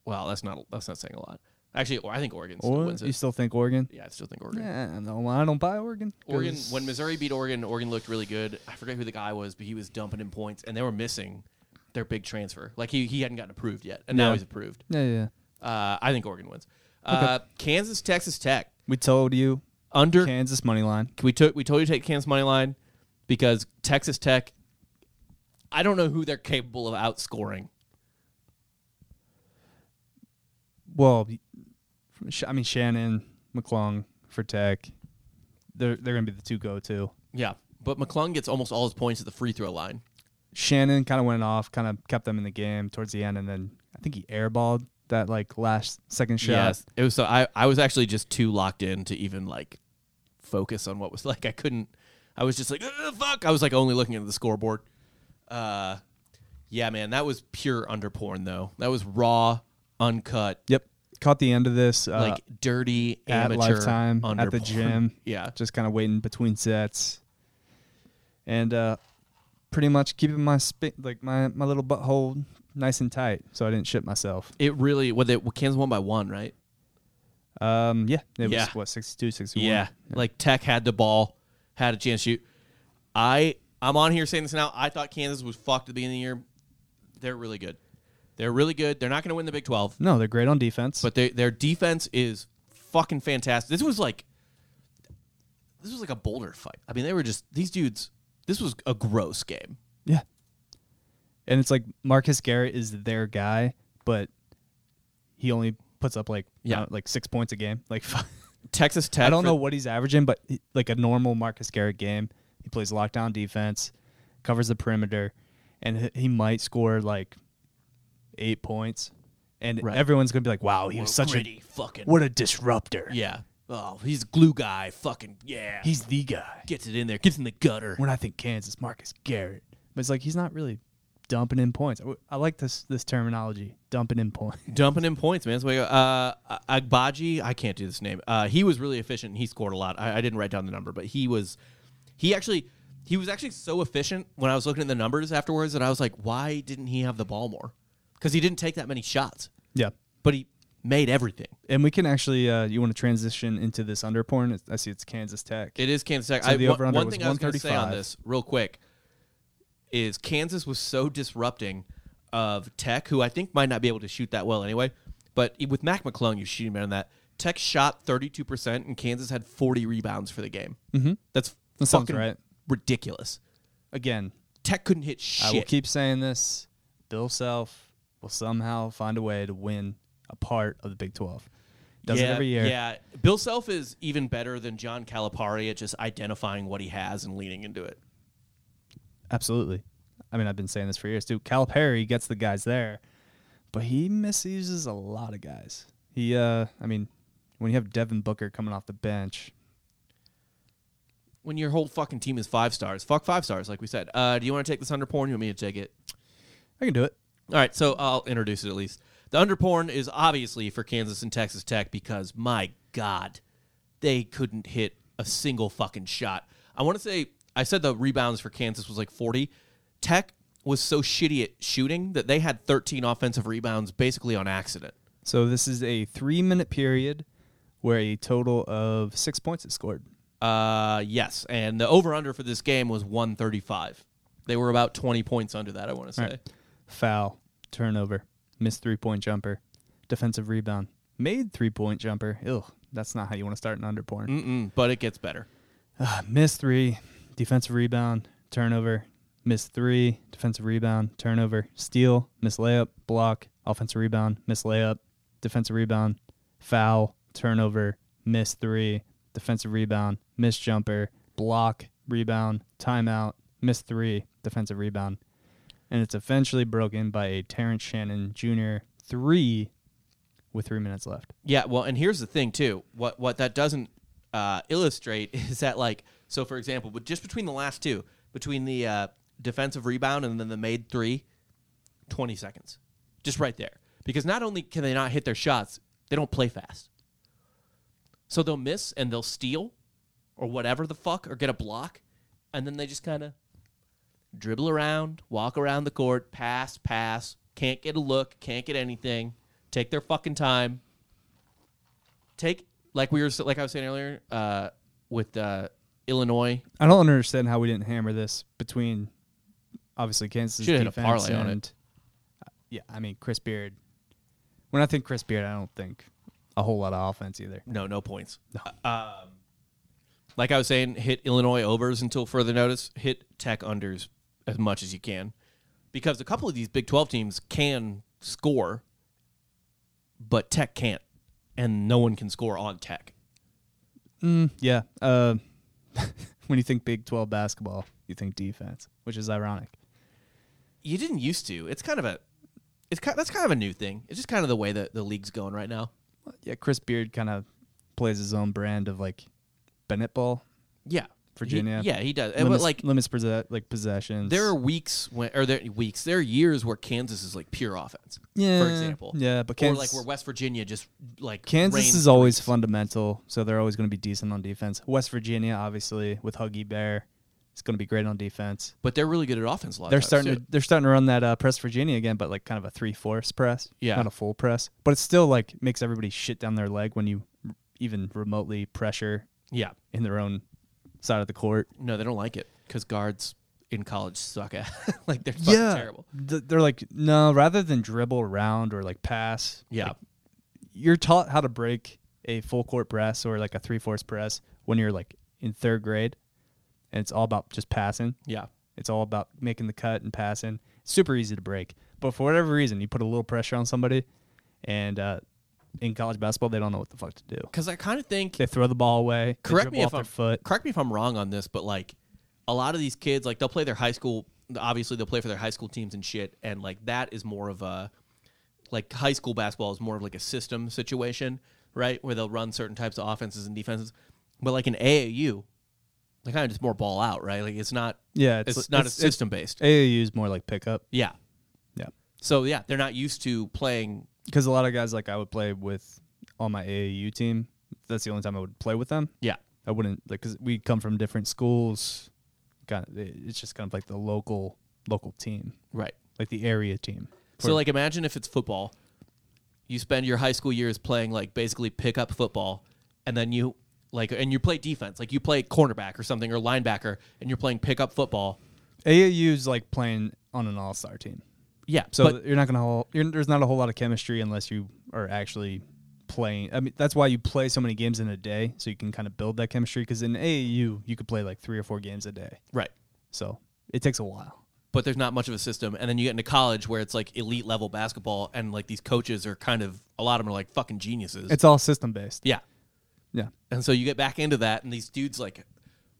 [SPEAKER 3] well, that's not that's not saying a lot. Actually, I think Oregon still
[SPEAKER 4] Or
[SPEAKER 3] wins
[SPEAKER 4] you
[SPEAKER 3] it.
[SPEAKER 4] still think Oregon?
[SPEAKER 3] Yeah, I still think Oregon.
[SPEAKER 4] Yeah, no, I don't buy Oregon.
[SPEAKER 3] Oregon
[SPEAKER 4] 'cause-
[SPEAKER 3] when Missouri beat Oregon, Oregon looked really good. I forget who the guy was, but he was dumping in points, and they were missing their big transfer. Like he he hadn't gotten approved yet, and now
[SPEAKER 4] Yeah.
[SPEAKER 3] he's approved.
[SPEAKER 4] Yeah, yeah.
[SPEAKER 3] Uh, I think Oregon wins. Uh, Kansas, Texas Tech
[SPEAKER 4] We told you
[SPEAKER 3] under.
[SPEAKER 4] Kansas money line.
[SPEAKER 3] we took we told you to take Kansas money line because Texas Tech. I don't know who they're capable of outscoring.
[SPEAKER 4] Well, Sh- I mean Shannon McClung for Tech. They're they're gonna be the two go-to.
[SPEAKER 3] Yeah, but McClung gets almost all his points at the free throw line.
[SPEAKER 4] Shannon kind of went off, kind of kept them in the game towards the end, and then I think he airballed that like last second shot.
[SPEAKER 3] Yes, it was. So I I was actually just too locked in to even like focus on what was like. I couldn't. I was just like "Ugh, fuck. I was like only looking at the scoreboard. Uh, yeah, man, that was pure under porn though. That was raw, uncut,
[SPEAKER 4] Yep. Caught the end of this uh,
[SPEAKER 3] like dirty
[SPEAKER 4] at
[SPEAKER 3] amateur
[SPEAKER 4] lifetime
[SPEAKER 3] under
[SPEAKER 4] at the
[SPEAKER 3] porn.
[SPEAKER 4] gym.
[SPEAKER 3] Yeah,
[SPEAKER 4] just kind of waiting between sets, and uh, pretty much keeping my sp- like my my little butthole nice and tight, so I didn't shit myself.
[SPEAKER 3] it really. What they well, Kansas won by one, right?
[SPEAKER 4] Um, yeah, it
[SPEAKER 3] Yeah.
[SPEAKER 4] was what 62, 61.
[SPEAKER 3] like Tech had the ball, had a chance to shoot. I I'm on here saying this now. I thought Kansas was fucked at the beginning of the year. They're really good. They're really good. They're not going to win the Big Twelve.
[SPEAKER 4] no, they're great on defense.
[SPEAKER 3] but they, their defense is fucking fantastic. This was like this was like a Boulder fight. I mean, they were just these dudes. This was a gross game.
[SPEAKER 4] yeah, and it's like Marcus Garrett is their guy, but he only puts up like
[SPEAKER 3] Yeah.
[SPEAKER 4] yeah, like six points a game. Like
[SPEAKER 3] Texas Tech.
[SPEAKER 4] I don't
[SPEAKER 3] for-
[SPEAKER 4] know what he's averaging, but he- like a normal Marcus Garrett game, he plays lockdown defense, covers the perimeter, and he- he might score like eight points. And
[SPEAKER 3] Right.
[SPEAKER 4] everyone's gonna be like, "Wow, he was such
[SPEAKER 3] gritty
[SPEAKER 4] a
[SPEAKER 3] fucking
[SPEAKER 4] what a disruptor!
[SPEAKER 3] yeah. Oh, he's a glue guy. Fucking yeah. He
[SPEAKER 4] He's the guy."
[SPEAKER 3] gets it in there. Gets in the gutter.
[SPEAKER 4] When I think Kansas, Marcus Garrett, but it's like he's not really dumping in points. I, w- I like this this terminology, dumping in points.
[SPEAKER 3] Dumping in points, man. That's why I go. Uh, Agbaji, I can't do this name. Uh, he was really efficient. and He scored a lot. I, I didn't write down the number, but he was, he actually, he was actually so efficient when I was looking at the numbers afterwards that I was like, why didn't he have the ball more? Because he didn't take that many shots,
[SPEAKER 4] yeah,
[SPEAKER 3] but he made everything.
[SPEAKER 4] and we can actually. Uh, you want to transition into this under porn? It's- I see it's Kansas Tech.
[SPEAKER 3] It is Kansas Tech.
[SPEAKER 4] So
[SPEAKER 3] I,
[SPEAKER 4] the
[SPEAKER 3] one-
[SPEAKER 4] over-under
[SPEAKER 3] one
[SPEAKER 4] was
[SPEAKER 3] thing I was going to say on
[SPEAKER 4] 135.
[SPEAKER 3] this, real quick, is Kansas was so disrupting of Tech, who I think might not be able to shoot that well anyway. But e, with Mac McClung, you shoot him on that. Tech shot 32%, and Kansas had 40 rebounds for the game. Mm-hmm. That's
[SPEAKER 4] That sounds
[SPEAKER 3] fucking
[SPEAKER 4] right.
[SPEAKER 3] ridiculous.
[SPEAKER 4] Again,
[SPEAKER 3] Tech couldn't hit
[SPEAKER 4] I
[SPEAKER 3] shit.
[SPEAKER 4] will keep saying this. Bill Self will somehow find a way to win a part of the Big 12. Does
[SPEAKER 3] yeah,
[SPEAKER 4] it every year.
[SPEAKER 3] Yeah. Bill Self is even better than John Calipari at just identifying what he has and leaning into it.
[SPEAKER 4] Absolutely. I mean, I've been saying this for years too. Calipari gets the guys there, but he misuses a lot of guys. He, uh, I mean, when you have Devin Booker coming off the bench,
[SPEAKER 3] when your whole fucking team is five stars. Fuck five stars, like we said. Uh, do you want to take this under porn? You want me to take it?
[SPEAKER 4] I can do it.
[SPEAKER 3] All right, so I'll introduce it at least. The under porn is obviously for Kansas and Texas Tech because my god, they couldn't hit a single fucking shot. I want to say I said the rebounds for Kansas was like 40. Tech was so shitty at shooting that they had 13 offensive rebounds basically on accident.
[SPEAKER 4] So this is a three minute period where a total of six points is scored.
[SPEAKER 3] Uh, yes, and the over under for this game was 135. They were about 20 points under that, I want to say.
[SPEAKER 4] foul, turnover, missed three point jumper, defensive rebound, made three point jumper. Ew, that's not how you want to start an under porn.
[SPEAKER 3] Mm-mm, but it gets better.
[SPEAKER 4] Ah, missed three, defensive rebound, turnover, missed three, defensive rebound, turnover, steal, miss layup, block, offensive rebound, miss layup, defensive rebound, foul, turnover, miss three, defensive rebound, miss jumper, block, rebound, timeout, miss three, defensive rebound. and it's eventually broken by a Terrence Shannon Jr. three with three minutes left.
[SPEAKER 3] Yeah, well, and here's the thing too. What what that doesn't uh, illustrate is that like so for example, but just between the last two, between the uh, defensive rebound and then the made three, 20 seconds. Just right there. Because not only can they not hit their shots, they don't play fast. So they'll miss and they'll steal or whatever the fuck or get a block and then they just kind of dribble around, walk around the court, pass, pass, can't get a look, can't get anything, take their fucking time. Take like we were like I was saying earlier uh, with uh, Illinois
[SPEAKER 4] I don't understand how we didn't hammer this between obviously Kansas
[SPEAKER 3] Should've hit a
[SPEAKER 4] defense
[SPEAKER 3] parlay on
[SPEAKER 4] and uh, yeah, I mean Chris Beard. When I think Chris Beard, I don't think a whole lot of offense either.
[SPEAKER 3] No, no points. Um, like I was saying, hit Illinois overs until further notice. Hit Tech unders as much as you can, because a couple of these Big Twelve teams can score, but Tech can't, and no one can score on Tech.
[SPEAKER 4] Yeah. Uh, when you think Big 12 basketball, you think defense, which is ironic.
[SPEAKER 3] You didn't used to. It's kind of a, it's kind, that's kind of a new thing. It's just kind of the way that the league's going right now.
[SPEAKER 4] Yeah, Chris Beard kind of plays his own brand of like Bennett ball,
[SPEAKER 3] Yeah,
[SPEAKER 4] Virginia.
[SPEAKER 3] He, yeah, he does. And Eh,
[SPEAKER 4] limits,
[SPEAKER 3] but like
[SPEAKER 4] limits possess- like possessions.
[SPEAKER 3] there are weeks when, or there weeks, there are years where Kansas is like pure offense.
[SPEAKER 4] Yeah,
[SPEAKER 3] for example.
[SPEAKER 4] yeah, but
[SPEAKER 3] or like
[SPEAKER 4] Kansas-
[SPEAKER 3] where West Virginia just like
[SPEAKER 4] Kansas
[SPEAKER 3] reigns
[SPEAKER 4] is
[SPEAKER 3] the
[SPEAKER 4] always
[SPEAKER 3] race.
[SPEAKER 4] fundamental, so they're always going to be decent on defense. West Virginia, obviously, with Huggy Bear, it's going to be great on defense.
[SPEAKER 3] but they're really good at offense. A lot of
[SPEAKER 4] They're
[SPEAKER 3] times,
[SPEAKER 4] starting
[SPEAKER 3] too.
[SPEAKER 4] to they're starting to run that uh, press Virginia again, but like kind of a three fourths press,
[SPEAKER 3] Yeah.
[SPEAKER 4] not a full press, but it still like makes everybody shit down their leg when you r- even remotely pressure
[SPEAKER 3] yeah.
[SPEAKER 4] in their own side of the court.
[SPEAKER 3] No, they don't like it because guards in college suck at like they're fucking terrible.
[SPEAKER 4] Th- they're like no, rather than dribble around or like pass,
[SPEAKER 3] Yeah,
[SPEAKER 4] you're taught how to break a full court press or like a three fourths press when you're like in third grade, and it's all about just passing.
[SPEAKER 3] yeah.
[SPEAKER 4] It's all about making the cut and passing. Super easy to break. But for whatever reason, you put a little pressure on somebody, and uh, in college basketball, they don't know what the fuck to do.
[SPEAKER 3] Because I kind of think
[SPEAKER 4] They throw the ball away. they
[SPEAKER 3] correct
[SPEAKER 4] dribble
[SPEAKER 3] me if
[SPEAKER 4] off their
[SPEAKER 3] I'm
[SPEAKER 4] foot.
[SPEAKER 3] correct me if I'm wrong on this, but like a lot of these kids, like they'll play their high school. Obviously, they'll play for their high school teams and shit, and like that is more of a like high school basketball is more of like a system situation, right? Where they'll run certain types of offenses and defenses, but like in AAU, they kind of just more ball out, right? Like it's not
[SPEAKER 4] Yeah,
[SPEAKER 3] it's,
[SPEAKER 4] it's-
[SPEAKER 3] not
[SPEAKER 4] it's-
[SPEAKER 3] a system based.
[SPEAKER 4] AAU is more like pickup.
[SPEAKER 3] yeah,
[SPEAKER 4] Yeah,
[SPEAKER 3] so yeah, they're not used to playing.
[SPEAKER 4] because a lot of guys like I would play with on my AAU team. That's the only time I would play with them.
[SPEAKER 3] Yeah,
[SPEAKER 4] I wouldn't like because we come from different schools. Kind of, it's just kind of like the local local team,
[SPEAKER 3] right.
[SPEAKER 4] like the area team.
[SPEAKER 3] So like imagine if it's football. You spend your high school years playing like basically pickup football and then you like and you play defense. Like you play cornerback or something or linebacker and you're playing pickup football.
[SPEAKER 4] AAU is like playing on an all star team.
[SPEAKER 3] Yeah.
[SPEAKER 4] So
[SPEAKER 3] but
[SPEAKER 4] you're not gonna whole, you're, there's not a whole lot of chemistry unless you are actually playing. I mean, that's why you play so many games in a day, so you can kind of build that chemistry. Because in AAU, you could play like three or four games a day,
[SPEAKER 3] right.
[SPEAKER 4] so it takes a while.
[SPEAKER 3] But there's not much of a system and then you get into college where it's like elite level basketball and like these coaches are kind of a lot of them are like fucking geniuses.
[SPEAKER 4] It's all system based.
[SPEAKER 3] yeah.
[SPEAKER 4] Yeah,
[SPEAKER 3] And so you get back into that and these dudes like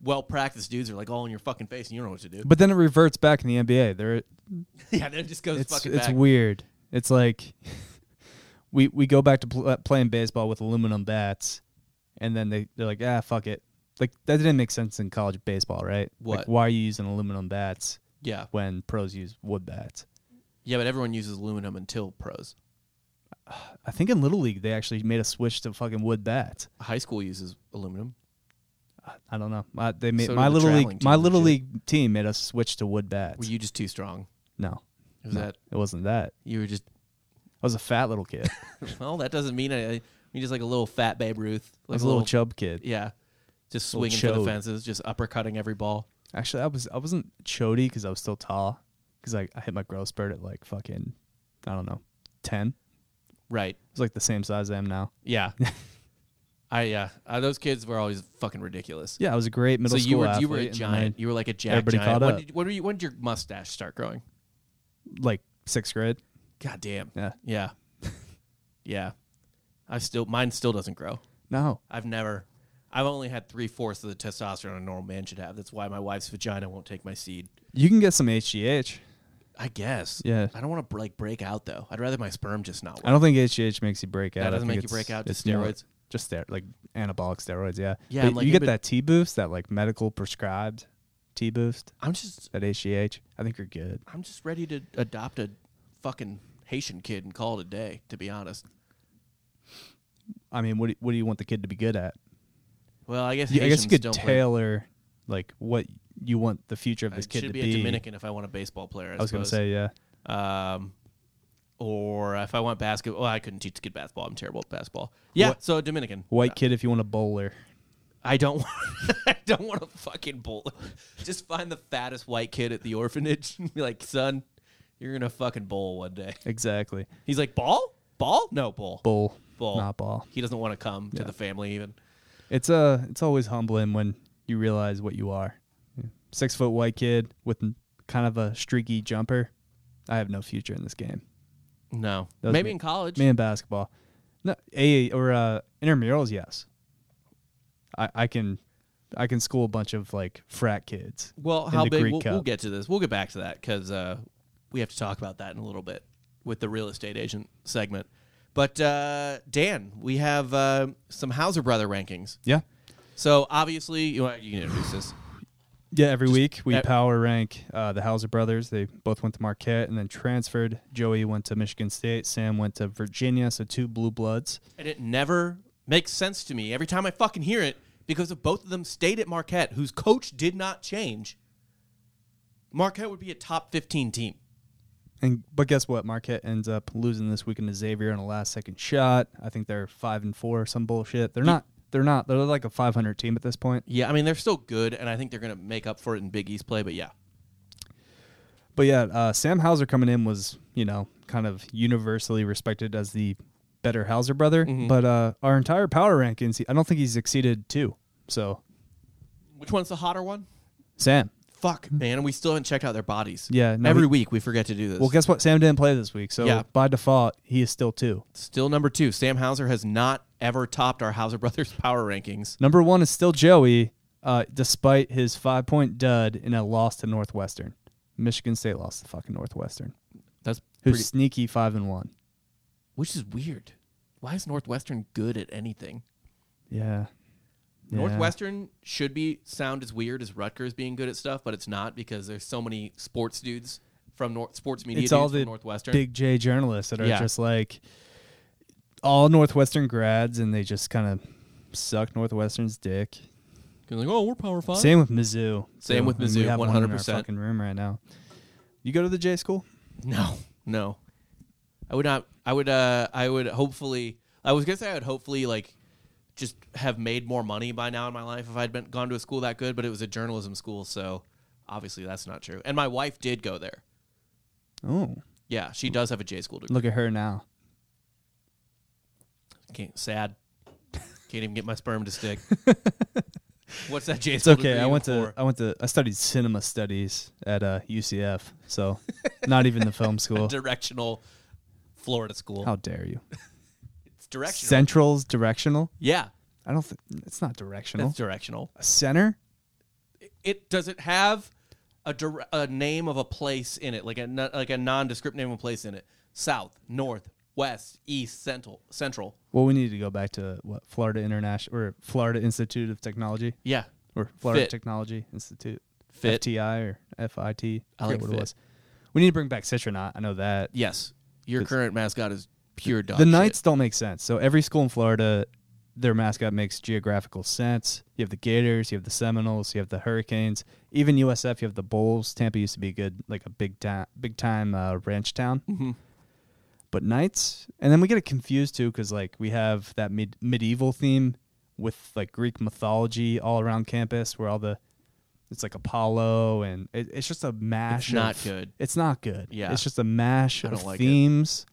[SPEAKER 3] well practiced dudes are like all in your fucking face and you don't know what to do.
[SPEAKER 4] but then it reverts back in the NBA. There,
[SPEAKER 3] yeah, then it just goes
[SPEAKER 4] it's
[SPEAKER 3] fucking
[SPEAKER 4] it's
[SPEAKER 3] back.
[SPEAKER 4] weird. It's like we we go back to pl- uh, playing baseball with aluminum bats, and then they they're like, ah, fuck it. Like that didn't make sense in college baseball, right?
[SPEAKER 3] What?
[SPEAKER 4] Like, why are you using aluminum bats
[SPEAKER 3] Yeah.
[SPEAKER 4] when pros use wood bats?
[SPEAKER 3] Yeah, but everyone uses aluminum until pros.
[SPEAKER 4] I think in little league they actually made a switch to fucking wood bats.
[SPEAKER 3] high school uses aluminum.
[SPEAKER 4] I don't know. My, they made
[SPEAKER 3] So
[SPEAKER 4] my
[SPEAKER 3] did the
[SPEAKER 4] little
[SPEAKER 3] traveling
[SPEAKER 4] league
[SPEAKER 3] teams
[SPEAKER 4] my
[SPEAKER 3] and
[SPEAKER 4] little
[SPEAKER 3] shit.
[SPEAKER 4] league team made us switch to wood bats.
[SPEAKER 3] Were you just too strong?
[SPEAKER 4] no,
[SPEAKER 3] Was
[SPEAKER 4] No,
[SPEAKER 3] that
[SPEAKER 4] it wasn't that.
[SPEAKER 3] you were just?
[SPEAKER 4] I was a fat little kid.
[SPEAKER 3] Well, that doesn't mean I. You just like a little fat Babe Ruth,
[SPEAKER 4] I
[SPEAKER 3] like
[SPEAKER 4] was a little chub kid.
[SPEAKER 3] Yeah, just
[SPEAKER 4] Little
[SPEAKER 3] swinging for the
[SPEAKER 4] chode.
[SPEAKER 3] fences, just uppercutting every ball.
[SPEAKER 4] Actually, I was I wasn't chody because I was still tall because I, I hit my growth spurt at like fucking I don't know ten.
[SPEAKER 3] Right.
[SPEAKER 4] It's like the same size I am now.
[SPEAKER 3] Yeah. I yeah. Uh, those kids were always fucking ridiculous.
[SPEAKER 4] Yeah, I was a great middle
[SPEAKER 3] so
[SPEAKER 4] school
[SPEAKER 3] you were you
[SPEAKER 4] athlete,
[SPEAKER 3] were a
[SPEAKER 4] and then
[SPEAKER 3] giant. You were like a jack
[SPEAKER 4] everybody
[SPEAKER 3] giant.
[SPEAKER 4] caught
[SPEAKER 3] When
[SPEAKER 4] up.
[SPEAKER 3] did, when were you, when did your mustache start growing?
[SPEAKER 4] I- like sixth grade.
[SPEAKER 3] God damn.
[SPEAKER 4] Yeah.
[SPEAKER 3] Yeah. yeah. I still mine still doesn't grow.
[SPEAKER 4] No,
[SPEAKER 3] I've never. I've only had three fourths of the testosterone a normal man should have. That's why my wife's vagina won't take my seed.
[SPEAKER 4] you can get some HGH.
[SPEAKER 3] I guess.
[SPEAKER 4] Yeah.
[SPEAKER 3] I don't want to like break out though. I'd rather my sperm just not.
[SPEAKER 4] I
[SPEAKER 3] Work.
[SPEAKER 4] don't think HGH makes you break out. I
[SPEAKER 3] doesn't
[SPEAKER 4] think
[SPEAKER 3] make you
[SPEAKER 4] it's-
[SPEAKER 3] break out, just
[SPEAKER 4] it's more
[SPEAKER 3] steroids?
[SPEAKER 4] just stero- like anabolic steroids. Yeah.
[SPEAKER 3] Yeah,
[SPEAKER 4] But
[SPEAKER 3] and, like,
[SPEAKER 4] you get
[SPEAKER 3] even-
[SPEAKER 4] that T boost, that like medical prescribed T boost,
[SPEAKER 3] I'm just
[SPEAKER 4] that HGH. I think you're good.
[SPEAKER 3] I'm just ready to adopt a fucking Haitian kid and call it a day. To be honest.
[SPEAKER 4] I mean, what do, what do you want the kid to be good at?
[SPEAKER 3] Well, I guess
[SPEAKER 4] Yeah, I guess you
[SPEAKER 3] Haitians
[SPEAKER 4] could
[SPEAKER 3] don't play-
[SPEAKER 4] tailor like what you want the future of this
[SPEAKER 3] I
[SPEAKER 4] kid
[SPEAKER 3] should
[SPEAKER 4] to
[SPEAKER 3] be,
[SPEAKER 4] be.
[SPEAKER 3] a Dominican if I want a baseball player. I,
[SPEAKER 4] I was gonna
[SPEAKER 3] suppose.
[SPEAKER 4] say yeah.
[SPEAKER 3] um, or if I want basketball. Well, I couldn't teach a kid basketball. I'm terrible at basketball. Yeah,
[SPEAKER 4] What-
[SPEAKER 3] so a Dominican.
[SPEAKER 4] White kid if you want a bowler.
[SPEAKER 3] I don't. Want, I don't want a fucking bowl. Just find the fattest white kid at the orphanage and be like, son, you're gonna fucking bowl one day.
[SPEAKER 4] Exactly.
[SPEAKER 3] He's like, ball, ball, no bowl,
[SPEAKER 4] Bowl.
[SPEAKER 3] bowl,
[SPEAKER 4] Not ball.
[SPEAKER 3] He doesn't want to come to the family even.
[SPEAKER 4] It's uh it's always humbling when you realize what you are. Six foot white kid with n- kind of a streaky jumper. I have no future in this game.
[SPEAKER 3] No,
[SPEAKER 4] That was
[SPEAKER 3] maybe
[SPEAKER 4] me-
[SPEAKER 3] in college.
[SPEAKER 4] Me and basketball. No A or uh intramurals, yes. I, I can I can school a bunch of like frat kids.
[SPEAKER 3] Well,
[SPEAKER 4] in
[SPEAKER 3] how
[SPEAKER 4] the
[SPEAKER 3] big?
[SPEAKER 4] Greek
[SPEAKER 3] We'll,
[SPEAKER 4] Cup.
[SPEAKER 3] we'll get to this. We'll get back to that because uh, we have to talk about that in a little bit with the real estate agent segment. But uh, Dan, we have uh, some Hauser brother rankings.
[SPEAKER 4] Yeah.
[SPEAKER 3] So obviously, you, want- you can introduce this.
[SPEAKER 4] Yeah, every week we
[SPEAKER 3] e-
[SPEAKER 4] power rank uh, the Hauser brothers. They both went to Marquette and then transferred. Joey went to Michigan State. Sam went to Virginia. So two blue bloods.
[SPEAKER 3] And it never makes sense to me every time I fucking hear it because if both of them stayed at Marquette, whose coach did not change, Marquette would be a top 15 team.
[SPEAKER 4] And but guess what? Marquette ends up losing this weekend to Xavier on a last second shot. I think they're five and four or some bullshit. They're not. They're not. They're like a 500 team at this point.
[SPEAKER 3] Yeah, I mean, they're still good, and I think they're going to make up for it in Big East play, but yeah.
[SPEAKER 4] But yeah, uh, Sam Hauser coming in was, you know, kind of universally respected as the better Hauser brother. But uh, our entire power rankings, he- I don't think he's exceeded two. So
[SPEAKER 3] Which one's the hotter one?
[SPEAKER 4] Sam.
[SPEAKER 3] Fuck, man, we still haven't checked out their bodies.
[SPEAKER 4] Yeah, no,
[SPEAKER 3] every
[SPEAKER 4] we-
[SPEAKER 3] week we forget to do this.
[SPEAKER 4] Well, guess what? Sam didn't play this week, so
[SPEAKER 3] Yeah.
[SPEAKER 4] by default, he is still two.
[SPEAKER 3] still number two. Sam Hauser has not ever topped our Hauser brothers power rankings.
[SPEAKER 4] Number one is still Joey, uh, despite his five point dud in a loss to Northwestern. Michigan State lost to fucking Northwestern,
[SPEAKER 3] That's
[SPEAKER 4] who's
[SPEAKER 3] pretty,
[SPEAKER 4] sneaky five and one.
[SPEAKER 3] which is weird. Why is Northwestern good at anything?
[SPEAKER 4] Yeah. Yeah.
[SPEAKER 3] Northwestern should be sound as weird as Rutgers being good at stuff, but it's not because there's so many sports dudes from North, sports media
[SPEAKER 4] It's
[SPEAKER 3] dudes
[SPEAKER 4] all
[SPEAKER 3] from
[SPEAKER 4] the
[SPEAKER 3] Northwestern.
[SPEAKER 4] big J journalists that are
[SPEAKER 3] Yeah.
[SPEAKER 4] just like all Northwestern grads, and they just kind of suck Northwestern's dick.
[SPEAKER 3] 'Cause like, oh, we're power five.
[SPEAKER 4] Same with Mizzou.
[SPEAKER 3] Same
[SPEAKER 4] too.
[SPEAKER 3] with
[SPEAKER 4] I mean, we
[SPEAKER 3] Mizzou,
[SPEAKER 4] have one in our
[SPEAKER 3] 100%.
[SPEAKER 4] Fucking room right now. You go to the J school?
[SPEAKER 3] No, no. I would not. I would. Uh, I would hopefully. I was gonna say I would hopefully like just have made more money by now in my life if I'd been gone to a school that good. But it was a journalism school, so obviously that's not true. And my wife did go there.
[SPEAKER 4] Oh,
[SPEAKER 3] Yeah, she does have a J school degree.
[SPEAKER 4] look at her now.
[SPEAKER 3] Can't, sad. Can't even get my sperm to stick. What's that J
[SPEAKER 4] It's
[SPEAKER 3] school
[SPEAKER 4] okay.
[SPEAKER 3] degree
[SPEAKER 4] I went
[SPEAKER 3] even
[SPEAKER 4] to
[SPEAKER 3] for?
[SPEAKER 4] I went to I studied cinema studies at uh, UCF, so not even the film school.
[SPEAKER 3] directional Florida school.
[SPEAKER 4] How dare you?
[SPEAKER 3] it's directional.
[SPEAKER 4] Central's directional.
[SPEAKER 3] yeah,
[SPEAKER 4] I don't. think It's not directional.
[SPEAKER 3] that's directional.
[SPEAKER 4] A center.
[SPEAKER 3] it does it have a, dir- a name of a place in it, like a no- like a nondescript name of a place in it. South, north, west, east, central, central.
[SPEAKER 4] Well, we need to go back to what Florida International or Florida Institute of Technology
[SPEAKER 3] Yeah,
[SPEAKER 4] or Florida
[SPEAKER 3] Fit.
[SPEAKER 4] Technology Institute.
[SPEAKER 3] Fit.
[SPEAKER 4] FTI or FIT.
[SPEAKER 3] I
[SPEAKER 4] forget
[SPEAKER 3] like
[SPEAKER 4] what
[SPEAKER 3] fit.
[SPEAKER 4] it was. We need to bring back Citronaut. I know that.
[SPEAKER 3] yes. Your current mascot is pure dog.
[SPEAKER 4] the
[SPEAKER 3] shit.
[SPEAKER 4] Knights don't make sense. So every school in Florida, their mascot makes geographical sense. You have the Gators, you have the Seminoles, you have the Hurricanes, even USF. You have the Bulls. Tampa used to be good, like a big time, big time uh, ranch town. But Knights, and then we get it confused too because like we have that mid- medieval theme with like Greek mythology all around campus, where all the it's like Apollo, and it, it's just a mash.
[SPEAKER 3] It's not
[SPEAKER 4] of-
[SPEAKER 3] good.
[SPEAKER 4] It's not good.
[SPEAKER 3] Yeah.
[SPEAKER 4] it's just a mash
[SPEAKER 3] I
[SPEAKER 4] of
[SPEAKER 3] don't like it.
[SPEAKER 4] themes,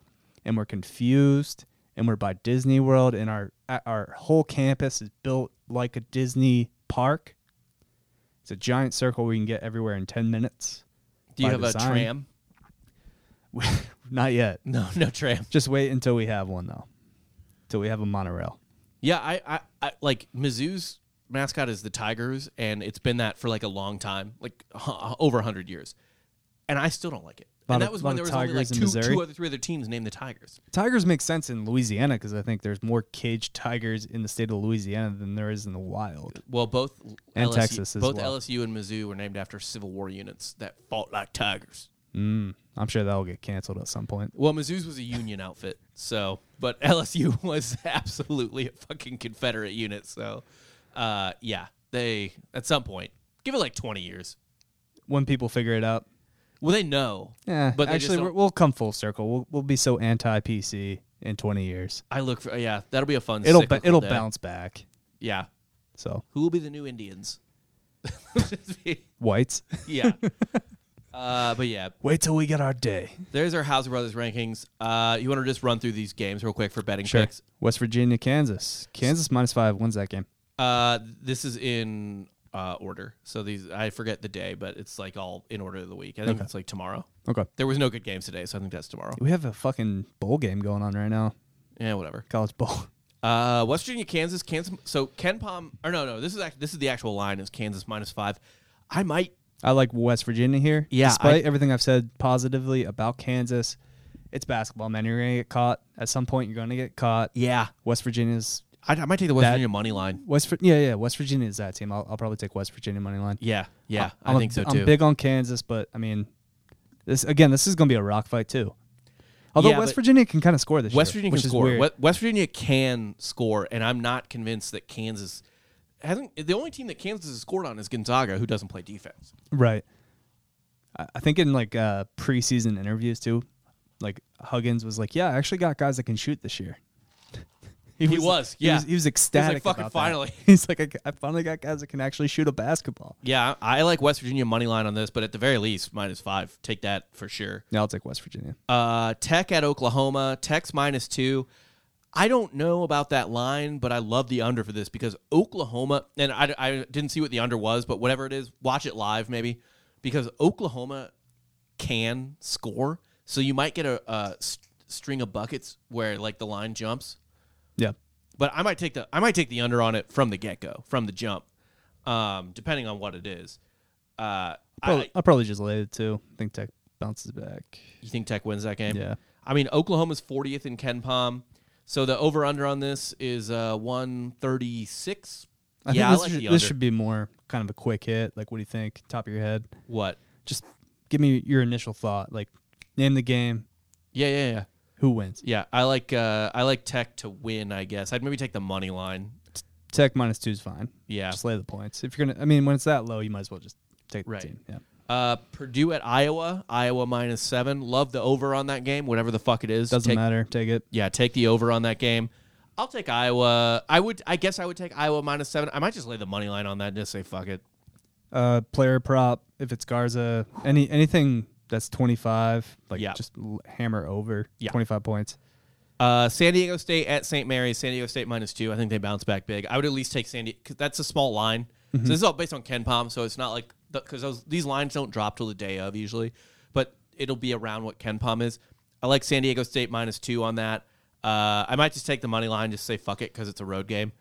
[SPEAKER 4] and we're confused, and we're by Disney World, and our our whole campus is built like a Disney park. It's a giant circle we can get everywhere in ten minutes.
[SPEAKER 3] Do you
[SPEAKER 4] by
[SPEAKER 3] have
[SPEAKER 4] design.
[SPEAKER 3] a tram?
[SPEAKER 4] Not yet.
[SPEAKER 3] No, no tram.
[SPEAKER 4] Just wait until we have one though. Till we have a monorail.
[SPEAKER 3] Yeah, I, I, I like Mizzou's mascot is the Tigers, and it's been that for like a long time, like h- over hundred years, and I still don't like it.
[SPEAKER 4] Lot
[SPEAKER 3] and that
[SPEAKER 4] of-
[SPEAKER 3] was
[SPEAKER 4] lot
[SPEAKER 3] when there
[SPEAKER 4] of
[SPEAKER 3] was only like
[SPEAKER 4] tigers in
[SPEAKER 3] two,
[SPEAKER 4] Missouri.
[SPEAKER 3] two other, three other teams named the Tigers.
[SPEAKER 4] Tigers make sense in Louisiana because I think there's more caged tigers in the state of Louisiana than there is in the wild.
[SPEAKER 3] Well, both
[SPEAKER 4] And
[SPEAKER 3] LSU,
[SPEAKER 4] Texas as
[SPEAKER 3] both
[SPEAKER 4] well.
[SPEAKER 3] LSU and Mizzou were named after Civil War units that fought like tigers.
[SPEAKER 4] I'm sure that'll get canceled at some point.
[SPEAKER 3] Well, Mizzou's was a Union outfit, so but LSU was absolutely a fucking Confederate unit. So, uh, yeah, they at some point give it like twenty years.
[SPEAKER 4] When people figure it out,
[SPEAKER 3] Well, they know.
[SPEAKER 4] yeah.
[SPEAKER 3] but
[SPEAKER 4] But
[SPEAKER 3] they just
[SPEAKER 4] actually,
[SPEAKER 3] don't-
[SPEAKER 4] we're, we'll come full circle. We'll we'll be so anti PC in 20 years.
[SPEAKER 3] I look for yeah, that'll be a fun.
[SPEAKER 4] It'll ba-
[SPEAKER 3] cyclical
[SPEAKER 4] it'll
[SPEAKER 3] day.
[SPEAKER 4] bounce back.
[SPEAKER 3] Yeah,
[SPEAKER 4] So
[SPEAKER 3] who will be the new Indians?
[SPEAKER 4] whites,
[SPEAKER 3] yeah, uh, but yeah,
[SPEAKER 4] wait till we get our day.
[SPEAKER 3] there's our House of Brothers rankings. Uh, you want to just run through these games real quick for betting picks?
[SPEAKER 4] West Virginia, Kansas. Kansas minus five wins that game.
[SPEAKER 3] Uh, this is in uh, order. So these I forget the day, but it's like all in order of the week. I think that's like tomorrow.
[SPEAKER 4] Okay.
[SPEAKER 3] There was no good games today, so I think that's tomorrow.
[SPEAKER 4] We have a fucking bowl game going on right now.
[SPEAKER 3] Yeah, whatever.
[SPEAKER 4] College bowl.
[SPEAKER 3] Uh, West Virginia, Kansas, Kansas. So Ken Palm, or no, no, this is actually this is the actual line is Kansas minus five. I might.
[SPEAKER 4] I like West Virginia here.
[SPEAKER 3] Yeah,
[SPEAKER 4] Despite everything I've said positively about Kansas, it's basketball, man. You're going to get caught. At some point, you're going to get caught.
[SPEAKER 3] Yeah,
[SPEAKER 4] West Virginia's.
[SPEAKER 3] I, I might take the West
[SPEAKER 4] That-
[SPEAKER 3] Virginia money line.
[SPEAKER 4] West, Vir- yeah, yeah. West Virginia is that team. I'll, I'll probably take West Virginia money line.
[SPEAKER 3] Yeah, yeah, i
[SPEAKER 4] I'm a-
[SPEAKER 3] think so too.
[SPEAKER 4] I'm big on Kansas, but I mean, this again, this is going to be a rock fight too. Although
[SPEAKER 3] Yeah,
[SPEAKER 4] West
[SPEAKER 3] but-
[SPEAKER 4] Virginia can kind of score this
[SPEAKER 3] West
[SPEAKER 4] year,
[SPEAKER 3] Virginia
[SPEAKER 4] which
[SPEAKER 3] can
[SPEAKER 4] is
[SPEAKER 3] score.
[SPEAKER 4] weird.
[SPEAKER 3] We- West Virginia can score, and I'm not convinced that Kansas hasn't. The only team that Kansas has scored on is Gonzaga, who doesn't play defense.
[SPEAKER 4] Right. I I think in like uh, preseason interviews too, like Huggins was like, "Yeah, I actually got guys that can shoot this year."
[SPEAKER 3] He was,
[SPEAKER 4] he
[SPEAKER 3] yeah.
[SPEAKER 4] was, he was
[SPEAKER 3] He was like,
[SPEAKER 4] ecstatic.
[SPEAKER 3] "Fucking
[SPEAKER 4] about that."
[SPEAKER 3] finally.
[SPEAKER 4] He's like, I, I finally got guys that can actually shoot a basketball."
[SPEAKER 3] Yeah, I I like West Virginia money line on this, but at the very least, minus five. Take that for sure.
[SPEAKER 4] Yeah, I'll take West Virginia.
[SPEAKER 3] Uh, Tech at Oklahoma. Tech's minus two. I don't know about that line, but I love the under for this because Oklahoma, and I, I didn't see what the under was, but whatever it is, watch it live maybe because Oklahoma can score. So you might get a, a s- string of buckets where like the line jumps.
[SPEAKER 4] Yeah,
[SPEAKER 3] But I might take the I might take the under on it from the get go, from the jump, um, depending on what it is. Uh,
[SPEAKER 4] Prob-
[SPEAKER 3] I,
[SPEAKER 4] I'll probably just lay it too. I think Tech bounces back.
[SPEAKER 3] You think Tech wins that game?
[SPEAKER 4] Yeah.
[SPEAKER 3] I mean, Oklahoma's 40th in Ken Palm. So the over under on this is uh, 136.
[SPEAKER 4] I
[SPEAKER 3] yeah,
[SPEAKER 4] think
[SPEAKER 3] I
[SPEAKER 4] this,
[SPEAKER 3] like
[SPEAKER 4] should,
[SPEAKER 3] the
[SPEAKER 4] this
[SPEAKER 3] under.
[SPEAKER 4] should be more kind of a quick hit. Like, what do you think? Top of your head,
[SPEAKER 3] what?
[SPEAKER 4] just give me your initial thought. Like, name the game.
[SPEAKER 3] Yeah, yeah, yeah.
[SPEAKER 4] Who wins?
[SPEAKER 3] Yeah, I like uh, I like Tech to win, I guess. I'd maybe take the money line.
[SPEAKER 4] Tech minus two is fine.
[SPEAKER 3] Yeah.
[SPEAKER 4] Just lay the points. If you're gonna, I mean, when it's that low, you might as well just take
[SPEAKER 3] Right.
[SPEAKER 4] the team. Yeah.
[SPEAKER 3] Uh, Purdue at Iowa, Iowa minus 7. Love the over on that game, whatever the fuck it is.
[SPEAKER 4] Doesn't
[SPEAKER 3] Take-
[SPEAKER 4] matter. Take it.
[SPEAKER 3] Yeah, take the over on that game. I'll take Iowa. I would I guess I would take Iowa minus 7. I might just lay the money line on that and just say fuck it.
[SPEAKER 4] Uh, player prop. If it's Garza, any anything that's twenty five, like
[SPEAKER 3] Yeah.
[SPEAKER 4] just l- hammer over.
[SPEAKER 3] Yeah.
[SPEAKER 4] Twenty five points.
[SPEAKER 3] Uh, San Diego State at St. Mary's. San Diego State minus two. I think they bounce back big. I would at least take San Diego because that's a small line. So this is all based on Ken Palm. So it's not like because those these lines don't drop till the day of usually, but it'll be around what Ken Palm is. I like San Diego State minus two on that. Uh, I might just take the money line, just say fuck it because it's a road game.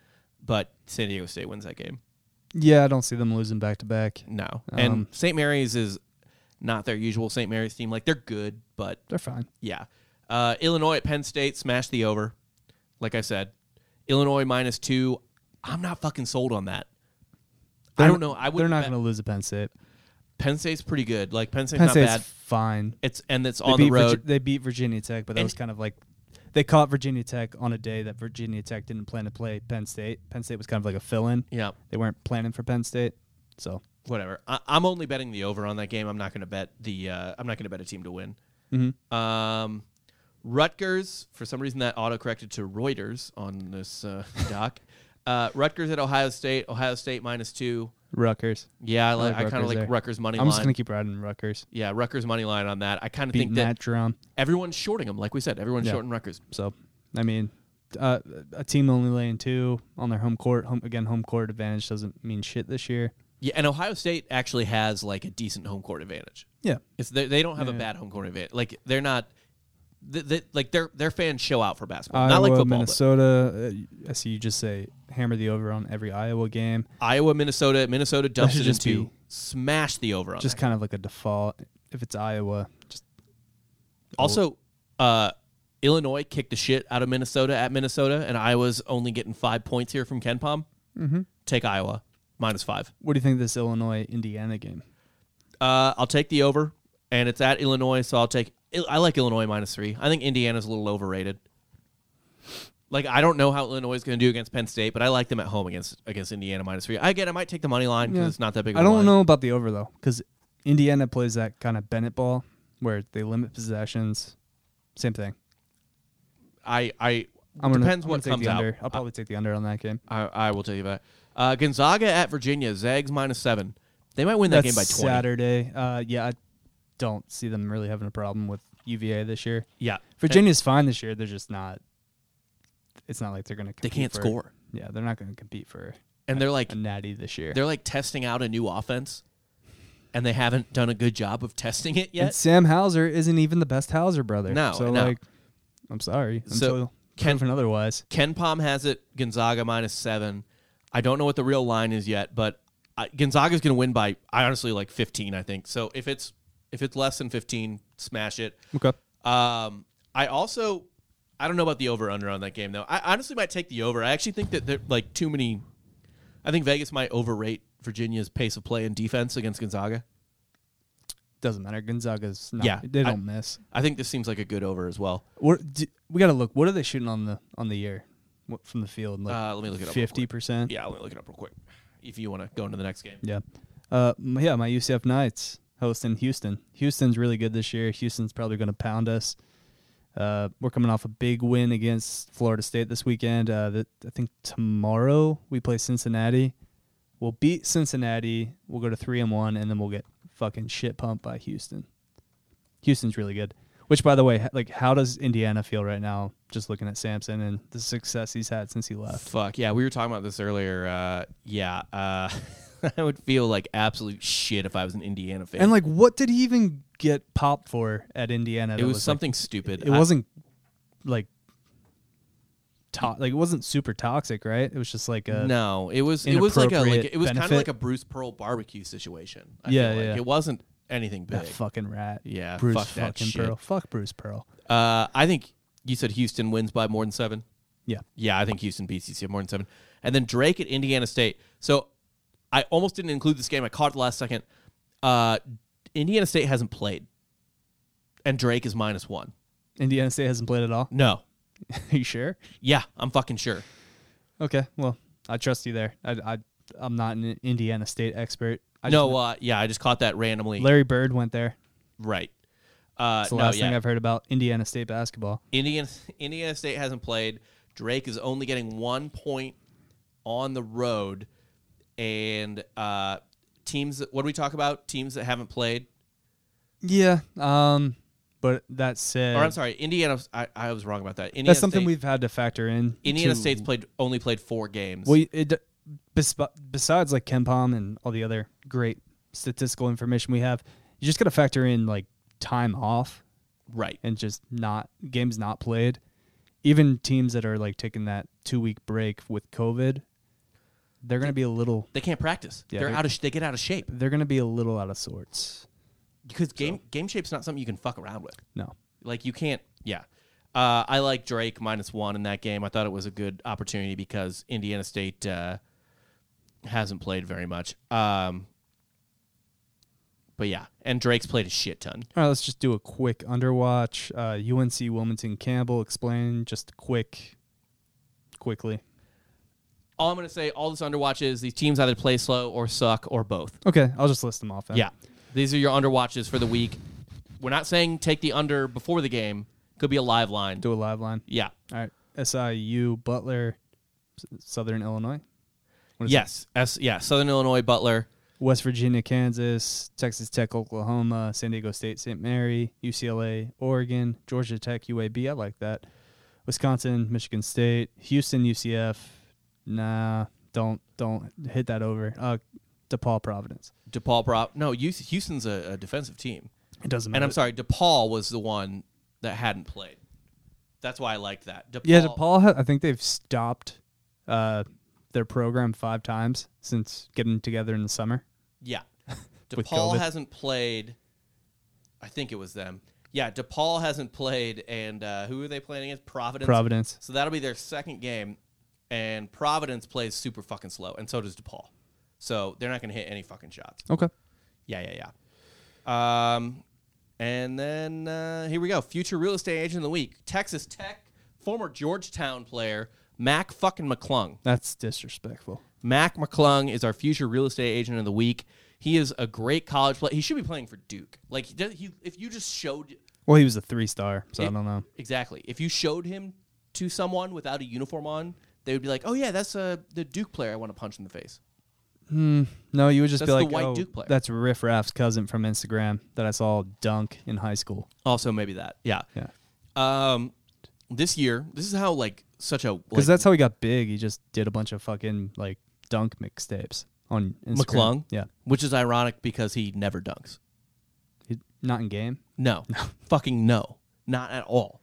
[SPEAKER 3] But San Diego State wins that game.
[SPEAKER 4] Yeah, I don't see them losing back to back.
[SPEAKER 3] No, and St. Mary's is not their usual St. Mary's team. Like they're good, but
[SPEAKER 4] They're fine.
[SPEAKER 3] yeah. Uh, Illinois at Penn State, smash the over. Like I said, Illinois minus two. I'm not fucking sold on that. I
[SPEAKER 4] They're-
[SPEAKER 3] don't know. I would.
[SPEAKER 4] they're not going to lose to Penn State.
[SPEAKER 3] Penn State's pretty good. Like Penn State's
[SPEAKER 4] Penn
[SPEAKER 3] not
[SPEAKER 4] State's
[SPEAKER 3] bad.
[SPEAKER 4] fine.
[SPEAKER 3] It's and it's
[SPEAKER 4] They
[SPEAKER 3] on
[SPEAKER 4] beat
[SPEAKER 3] the road.
[SPEAKER 4] Virgi- they beat Virginia Tech, but that
[SPEAKER 3] And-
[SPEAKER 4] was kind of like they caught Virginia Tech on a day that Virginia Tech didn't plan to play Penn State. Penn State was kind of like a fill in.
[SPEAKER 3] yeah.
[SPEAKER 4] They weren't planning for Penn State, so
[SPEAKER 3] Whatever. I, I'm only betting the over on that game. I'm not going to bet the. Uh, I'm not going to bet a team to win.
[SPEAKER 4] Mm-hmm.
[SPEAKER 3] Um, Rutgers. For some reason, that auto corrected to Reuters on this uh, doc. Uh, Rutgers at Ohio State. Ohio State minus two.
[SPEAKER 4] Rutgers.
[SPEAKER 3] Yeah, I, like, I kind of
[SPEAKER 4] Rutgers
[SPEAKER 3] like
[SPEAKER 4] there.
[SPEAKER 3] Rutgers money
[SPEAKER 4] I'm
[SPEAKER 3] line.
[SPEAKER 4] just gonna keep riding Rutgers,
[SPEAKER 3] Yeah, Rutgers money line on that. I kind of
[SPEAKER 4] beating
[SPEAKER 3] think that
[SPEAKER 4] that drum.
[SPEAKER 3] everyone's shorting them, like we said. Everyone's
[SPEAKER 4] Yeah.
[SPEAKER 3] shorting Rutgers.
[SPEAKER 4] So, I mean, uh, a team only laying two on their home court. Home again, home court advantage doesn't mean shit this year.
[SPEAKER 3] Yeah, and Ohio State actually has like a decent home court advantage.
[SPEAKER 4] Yeah,
[SPEAKER 3] It's they, they don't have a
[SPEAKER 4] Yeah.
[SPEAKER 3] bad home court advantage. Like they're not, they, they, like their their fans show out for basketball,
[SPEAKER 4] Iowa,
[SPEAKER 3] not like football. but
[SPEAKER 4] Minnesota. Uh, I see you just say hammer the over on every Iowa game.
[SPEAKER 3] Iowa, Minnesota, Minnesota dumps
[SPEAKER 4] should
[SPEAKER 3] it
[SPEAKER 4] just
[SPEAKER 3] into
[SPEAKER 4] be-
[SPEAKER 3] smash the over on
[SPEAKER 4] Just
[SPEAKER 3] that.
[SPEAKER 4] kind of like a default. If it's Iowa, just
[SPEAKER 3] Also, uh, Illinois kicked the shit out of Minnesota at Minnesota, and Iowa's only getting five points here from Ken Palm. Mm-hmm. Take Iowa minus five.
[SPEAKER 4] What do you think of this Illinois Indiana game?
[SPEAKER 3] Uh, I'll take the over, and it's at Illinois, so I'll take. I like Illinois minus three. I think Indiana's a little overrated. Like I don't know how Illinois is going to do against Penn State, but I like them at home against against Indiana minus three. I get I might take the money line because it's not that big. Of
[SPEAKER 4] I
[SPEAKER 3] a
[SPEAKER 4] don't
[SPEAKER 3] line.
[SPEAKER 4] know about the over though, because Indiana plays that kind of Bennett ball where they limit possessions. Same thing.
[SPEAKER 3] I I
[SPEAKER 4] I'm gonna,
[SPEAKER 3] depends
[SPEAKER 4] I'm
[SPEAKER 3] what
[SPEAKER 4] gonna take
[SPEAKER 3] comes
[SPEAKER 4] the
[SPEAKER 3] out.
[SPEAKER 4] under. I'll probably take the under on that game.
[SPEAKER 3] I, I will tell you that. Uh, Gonzaga at Virginia. Zags minus seven. They might win that game by
[SPEAKER 4] That's
[SPEAKER 3] twenty.
[SPEAKER 4] Saturday. Uh, yeah, I don't see them really having a problem with UVA this year.
[SPEAKER 3] Yeah,
[SPEAKER 4] Virginia's fine this year. They're just not. It's not like they're going to.
[SPEAKER 3] They can't
[SPEAKER 4] for,
[SPEAKER 3] score.
[SPEAKER 4] Yeah, they're not going to compete for
[SPEAKER 3] and they're like
[SPEAKER 4] a natty this year.
[SPEAKER 3] they're like testing out a new offense, and they haven't done a good job of testing it
[SPEAKER 4] And
[SPEAKER 3] yet.
[SPEAKER 4] Sam Hauser isn't even the best Hauser brother.
[SPEAKER 3] No,
[SPEAKER 4] so
[SPEAKER 3] no.
[SPEAKER 4] like, I'm sorry.
[SPEAKER 3] So,
[SPEAKER 4] Until
[SPEAKER 3] Ken-
[SPEAKER 4] proven otherwise.
[SPEAKER 3] Ken Palm has it. Gonzaga minus seven. I don't know what the real line is yet, but I, Gonzaga's going to win by I honestly like fifteen. I think so. If it's if it's less than fifteen, smash it.
[SPEAKER 4] Okay.
[SPEAKER 3] Um, I also, I don't know about the over under on that game though. I honestly might take the over. I actually think that they're like too many. I think Vegas might overrate Virginia's pace of play and defense against Gonzaga.
[SPEAKER 4] Doesn't matter. Gonzaga's not,
[SPEAKER 3] Yeah,
[SPEAKER 4] They
[SPEAKER 3] I-
[SPEAKER 4] don't miss.
[SPEAKER 3] I think this seems like a good over as well.
[SPEAKER 4] What d we got to look. What are they shooting on the on the year? What from the field? Like
[SPEAKER 3] Uh, let me look it up real quick.
[SPEAKER 4] Fifty percent.
[SPEAKER 3] Yeah, let me look it up real quick. If you want to go into the next game,
[SPEAKER 4] Yeah. Uh, m- yeah, my UCF Knights hosting Houston. Houston's really good this year. Houston's probably going to pound us. Uh, we're coming off a big win against Florida State this weekend. Uh, that I think tomorrow we play Cincinnati. We'll beat Cincinnati. We'll go to three and one, and then we'll get fucking shit pumped by Houston. Houston's really good. Which, by the way, h- like, how does Indiana feel right now? Just looking at Sampson and the success he's had since he left.
[SPEAKER 3] fuck yeah, we were talking about this earlier. Uh, yeah, uh, I would feel like absolute shit if I was an Indiana fan.
[SPEAKER 4] And like, what did he even get popped for at Indiana?
[SPEAKER 3] it
[SPEAKER 4] that
[SPEAKER 3] was,
[SPEAKER 4] like,
[SPEAKER 3] something stupid.
[SPEAKER 4] it
[SPEAKER 3] I-
[SPEAKER 4] wasn't like to- like it wasn't super toxic, right? It was just like a
[SPEAKER 3] No, it was it was like a like
[SPEAKER 4] inappropriate
[SPEAKER 3] it was kind of
[SPEAKER 4] benefit.
[SPEAKER 3] like a Bruce Pearl barbecue situation. I
[SPEAKER 4] Yeah,
[SPEAKER 3] feel like.
[SPEAKER 4] yeah.
[SPEAKER 3] It wasn't anything big.
[SPEAKER 4] that fucking rat.
[SPEAKER 3] Yeah,
[SPEAKER 4] Bruce
[SPEAKER 3] fuck that
[SPEAKER 4] fucking
[SPEAKER 3] shit.
[SPEAKER 4] Pearl. Fuck Bruce Pearl.
[SPEAKER 3] uh, I think you said Houston wins by more than seven.
[SPEAKER 4] Yeah,
[SPEAKER 3] Yeah, I think Houston beats UCF more than seven. And then Drake at Indiana State. So I almost didn't include this game. I caught it the last second. Uh, Indiana State hasn't played, and Drake is minus one.
[SPEAKER 4] Indiana State hasn't played at all.
[SPEAKER 3] No,
[SPEAKER 4] Are you sure?
[SPEAKER 3] yeah, I'm fucking sure.
[SPEAKER 4] Okay, well, I trust you there. I, I I'm not an Indiana State expert. I just
[SPEAKER 3] no,
[SPEAKER 4] know-
[SPEAKER 3] uh, yeah, I just caught that randomly.
[SPEAKER 4] Larry Bird went there.
[SPEAKER 3] right. Uh,
[SPEAKER 4] That's the
[SPEAKER 3] no,
[SPEAKER 4] last
[SPEAKER 3] yeah.
[SPEAKER 4] thing I've heard about Indiana State basketball.
[SPEAKER 3] Indiana Indiana State hasn't played. Drake is only getting one point on the road, and uh, teams. What do we talk about? Teams that haven't played.
[SPEAKER 4] Yeah, um, but that said,
[SPEAKER 3] Or I'm sorry, Indiana. I, I was wrong about that. Indiana
[SPEAKER 4] that's something
[SPEAKER 3] State-
[SPEAKER 4] we've had to factor in.
[SPEAKER 3] Indiana
[SPEAKER 4] to-
[SPEAKER 3] State's played only played four games.
[SPEAKER 4] Well, it, d- besp- besides like Ken Palm and all the other great statistical information we have, you just got to factor in like time off
[SPEAKER 3] right.
[SPEAKER 4] and just not games not played. Even teams that are like taking that two week break with COVID, they're going to be a little
[SPEAKER 3] They can't practice.
[SPEAKER 4] Yeah,
[SPEAKER 3] they're
[SPEAKER 4] they're-
[SPEAKER 3] out of. sh- They get out of shape
[SPEAKER 4] they're going to be a little out of sorts.
[SPEAKER 3] because game game shape's not something you can fuck around with.
[SPEAKER 4] No,
[SPEAKER 3] Like you can't. Yeah. Uh, I like Drake minus one in that game. I thought it was a good opportunity because Indiana State uh, hasn't played very much. Um, but yeah, and Drake's played a shit ton.
[SPEAKER 4] All right, let's just do a quick underwatch. Uh, UNC Wilmington Campbell, explain just quick, quickly.
[SPEAKER 3] All I'm gonna say, all this underwatch is these teams either play slow or suck or both.
[SPEAKER 4] Okay, I'll just list them off. then.
[SPEAKER 3] Yeah, these are your underwatches for the week. We're not saying take the under before the game. Could be a live line.
[SPEAKER 4] do a live line.
[SPEAKER 3] Yeah.
[SPEAKER 4] All right. SIU, Butler, S- Southern Illinois, What is
[SPEAKER 3] Yes. S. Yeah. Southern Illinois, Butler.
[SPEAKER 4] West Virginia, Kansas, Texas Tech, Oklahoma, San Diego State, St. Mary, UCLA, Oregon, Georgia Tech, UAB. I like that. Wisconsin, Michigan State, Houston, UCF. Nah, don't don't hit that over. Uh, DePaul, Providence.
[SPEAKER 3] DePaul prop. No, Hu- Houston's a, a defensive team.
[SPEAKER 4] It doesn't matter.
[SPEAKER 3] And I'm sorry, DePaul was the one that hadn't played. That's why I liked that. DePaul,
[SPEAKER 4] Yeah, DePaul. ha- I think they've stopped uh, their program five times since getting together in the summer.
[SPEAKER 3] Yeah.
[SPEAKER 4] With
[SPEAKER 3] DePaul
[SPEAKER 4] COVID.
[SPEAKER 3] hasn't played. I think it was them. Yeah, DePaul hasn't played, and uh, who are they playing against? Providence.
[SPEAKER 4] Providence.
[SPEAKER 3] So that'll be their second game, and Providence plays super fucking slow, and so does DePaul. So they're not going to hit any fucking shots.
[SPEAKER 4] Okay.
[SPEAKER 3] Yeah, yeah, yeah. Um, and then uh, here we go. Future real estate agent of the week: Texas Tech former Georgetown player Mac fucking McClung.
[SPEAKER 4] That's disrespectful.
[SPEAKER 3] Mac McClung is our future real estate agent of the week. He is a great college player. He should be playing for Duke. Like he, does, he if you just showed
[SPEAKER 4] Well, he was a three star, so I
[SPEAKER 3] it-
[SPEAKER 4] don't know.
[SPEAKER 3] Exactly. If you showed him to someone without a uniform on, they would be like, "Oh yeah, that's uh, the Duke player I want to punch in the face."
[SPEAKER 4] No, you would just be
[SPEAKER 3] That's the
[SPEAKER 4] like,
[SPEAKER 3] white
[SPEAKER 4] oh,
[SPEAKER 3] Duke player."
[SPEAKER 4] that's Riff Raff's cousin from Instagram that I saw dunk in high school.
[SPEAKER 3] Also, maybe that. Yeah.
[SPEAKER 4] Yeah.
[SPEAKER 3] Um, this year, this is how like such a like,
[SPEAKER 4] Because that's how he got big. He just did a bunch of fucking like dunk mixtapes on Instagram.
[SPEAKER 3] McClung.
[SPEAKER 4] Yeah.
[SPEAKER 3] Which is ironic because he never dunks.
[SPEAKER 4] He, not in game.
[SPEAKER 3] No. fucking no. Not at all.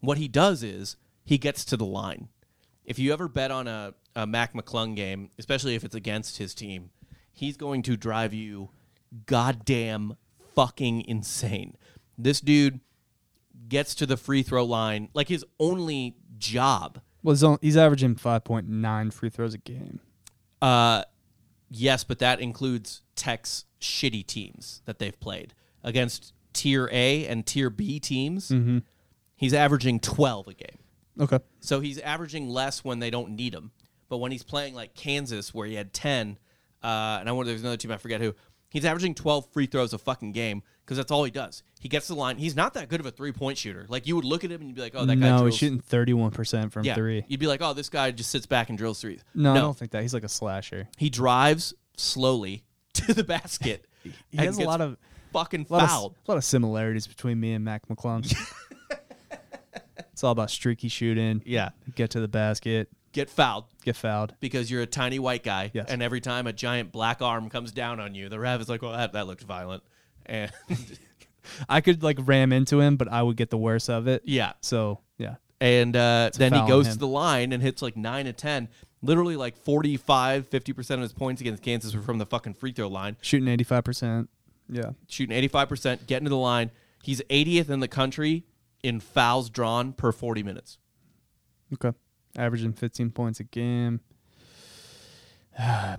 [SPEAKER 3] What he does is he gets to the line. If you ever bet on a, a Mac McClung game, especially if it's against his team, he's going to drive you goddamn fucking insane. This dude gets to the free throw line like his only job.
[SPEAKER 4] Well, he's, on, he's averaging 5.9 free throws a game.
[SPEAKER 3] Uh, yes, but that includes Tech's shitty teams that they've played against tier A and tier B teams.
[SPEAKER 4] Mm-hmm.
[SPEAKER 3] He's averaging 12 a game.
[SPEAKER 4] Okay.
[SPEAKER 3] So he's averaging less when they don't need him. But when he's playing like Kansas, where he had 10, uh, and I wonder, there's another team, I forget who, he's averaging 12 free throws a fucking game because that's all he does. He gets to the line. He's not that good of a three point shooter. Like you would look at him and you'd be like, oh, that guy
[SPEAKER 4] no,
[SPEAKER 3] drills.
[SPEAKER 4] he's shooting 31% from
[SPEAKER 3] yeah.
[SPEAKER 4] three.
[SPEAKER 3] You'd be like, oh, this guy just sits back and drills threes.
[SPEAKER 4] No, I don't think that. He's like a slasher.
[SPEAKER 3] He drives slowly to the basket.
[SPEAKER 4] He
[SPEAKER 3] and
[SPEAKER 4] has a
[SPEAKER 3] gets
[SPEAKER 4] lot of
[SPEAKER 3] fucking
[SPEAKER 4] a lot, of, s-
[SPEAKER 3] fouled.
[SPEAKER 4] a lot of similarities between me and Mac McClung. it's all about streaky shooting.
[SPEAKER 3] Yeah.
[SPEAKER 4] Get to the basket,
[SPEAKER 3] Get fouled
[SPEAKER 4] get fouled.
[SPEAKER 3] because you're a tiny white guy.
[SPEAKER 4] Yes.
[SPEAKER 3] And every time a giant black arm comes down on you, the ref is like, well, that, that looked violent. And
[SPEAKER 4] I could like ram into him, but I would get the worst of it.
[SPEAKER 3] yeah.
[SPEAKER 4] So, yeah.
[SPEAKER 3] and uh, then
[SPEAKER 4] foul
[SPEAKER 3] he
[SPEAKER 4] on
[SPEAKER 3] goes
[SPEAKER 4] him.
[SPEAKER 3] to the line and hits like 9 to 10 literally like 45 50% of his points against kansas were from the fucking free throw line
[SPEAKER 4] Shooting 85%. Yeah.
[SPEAKER 3] shooting 85% getting to the line he's 80th in the country in fouls drawn per 40 minutes
[SPEAKER 4] Okay. Averaging 15 points a game.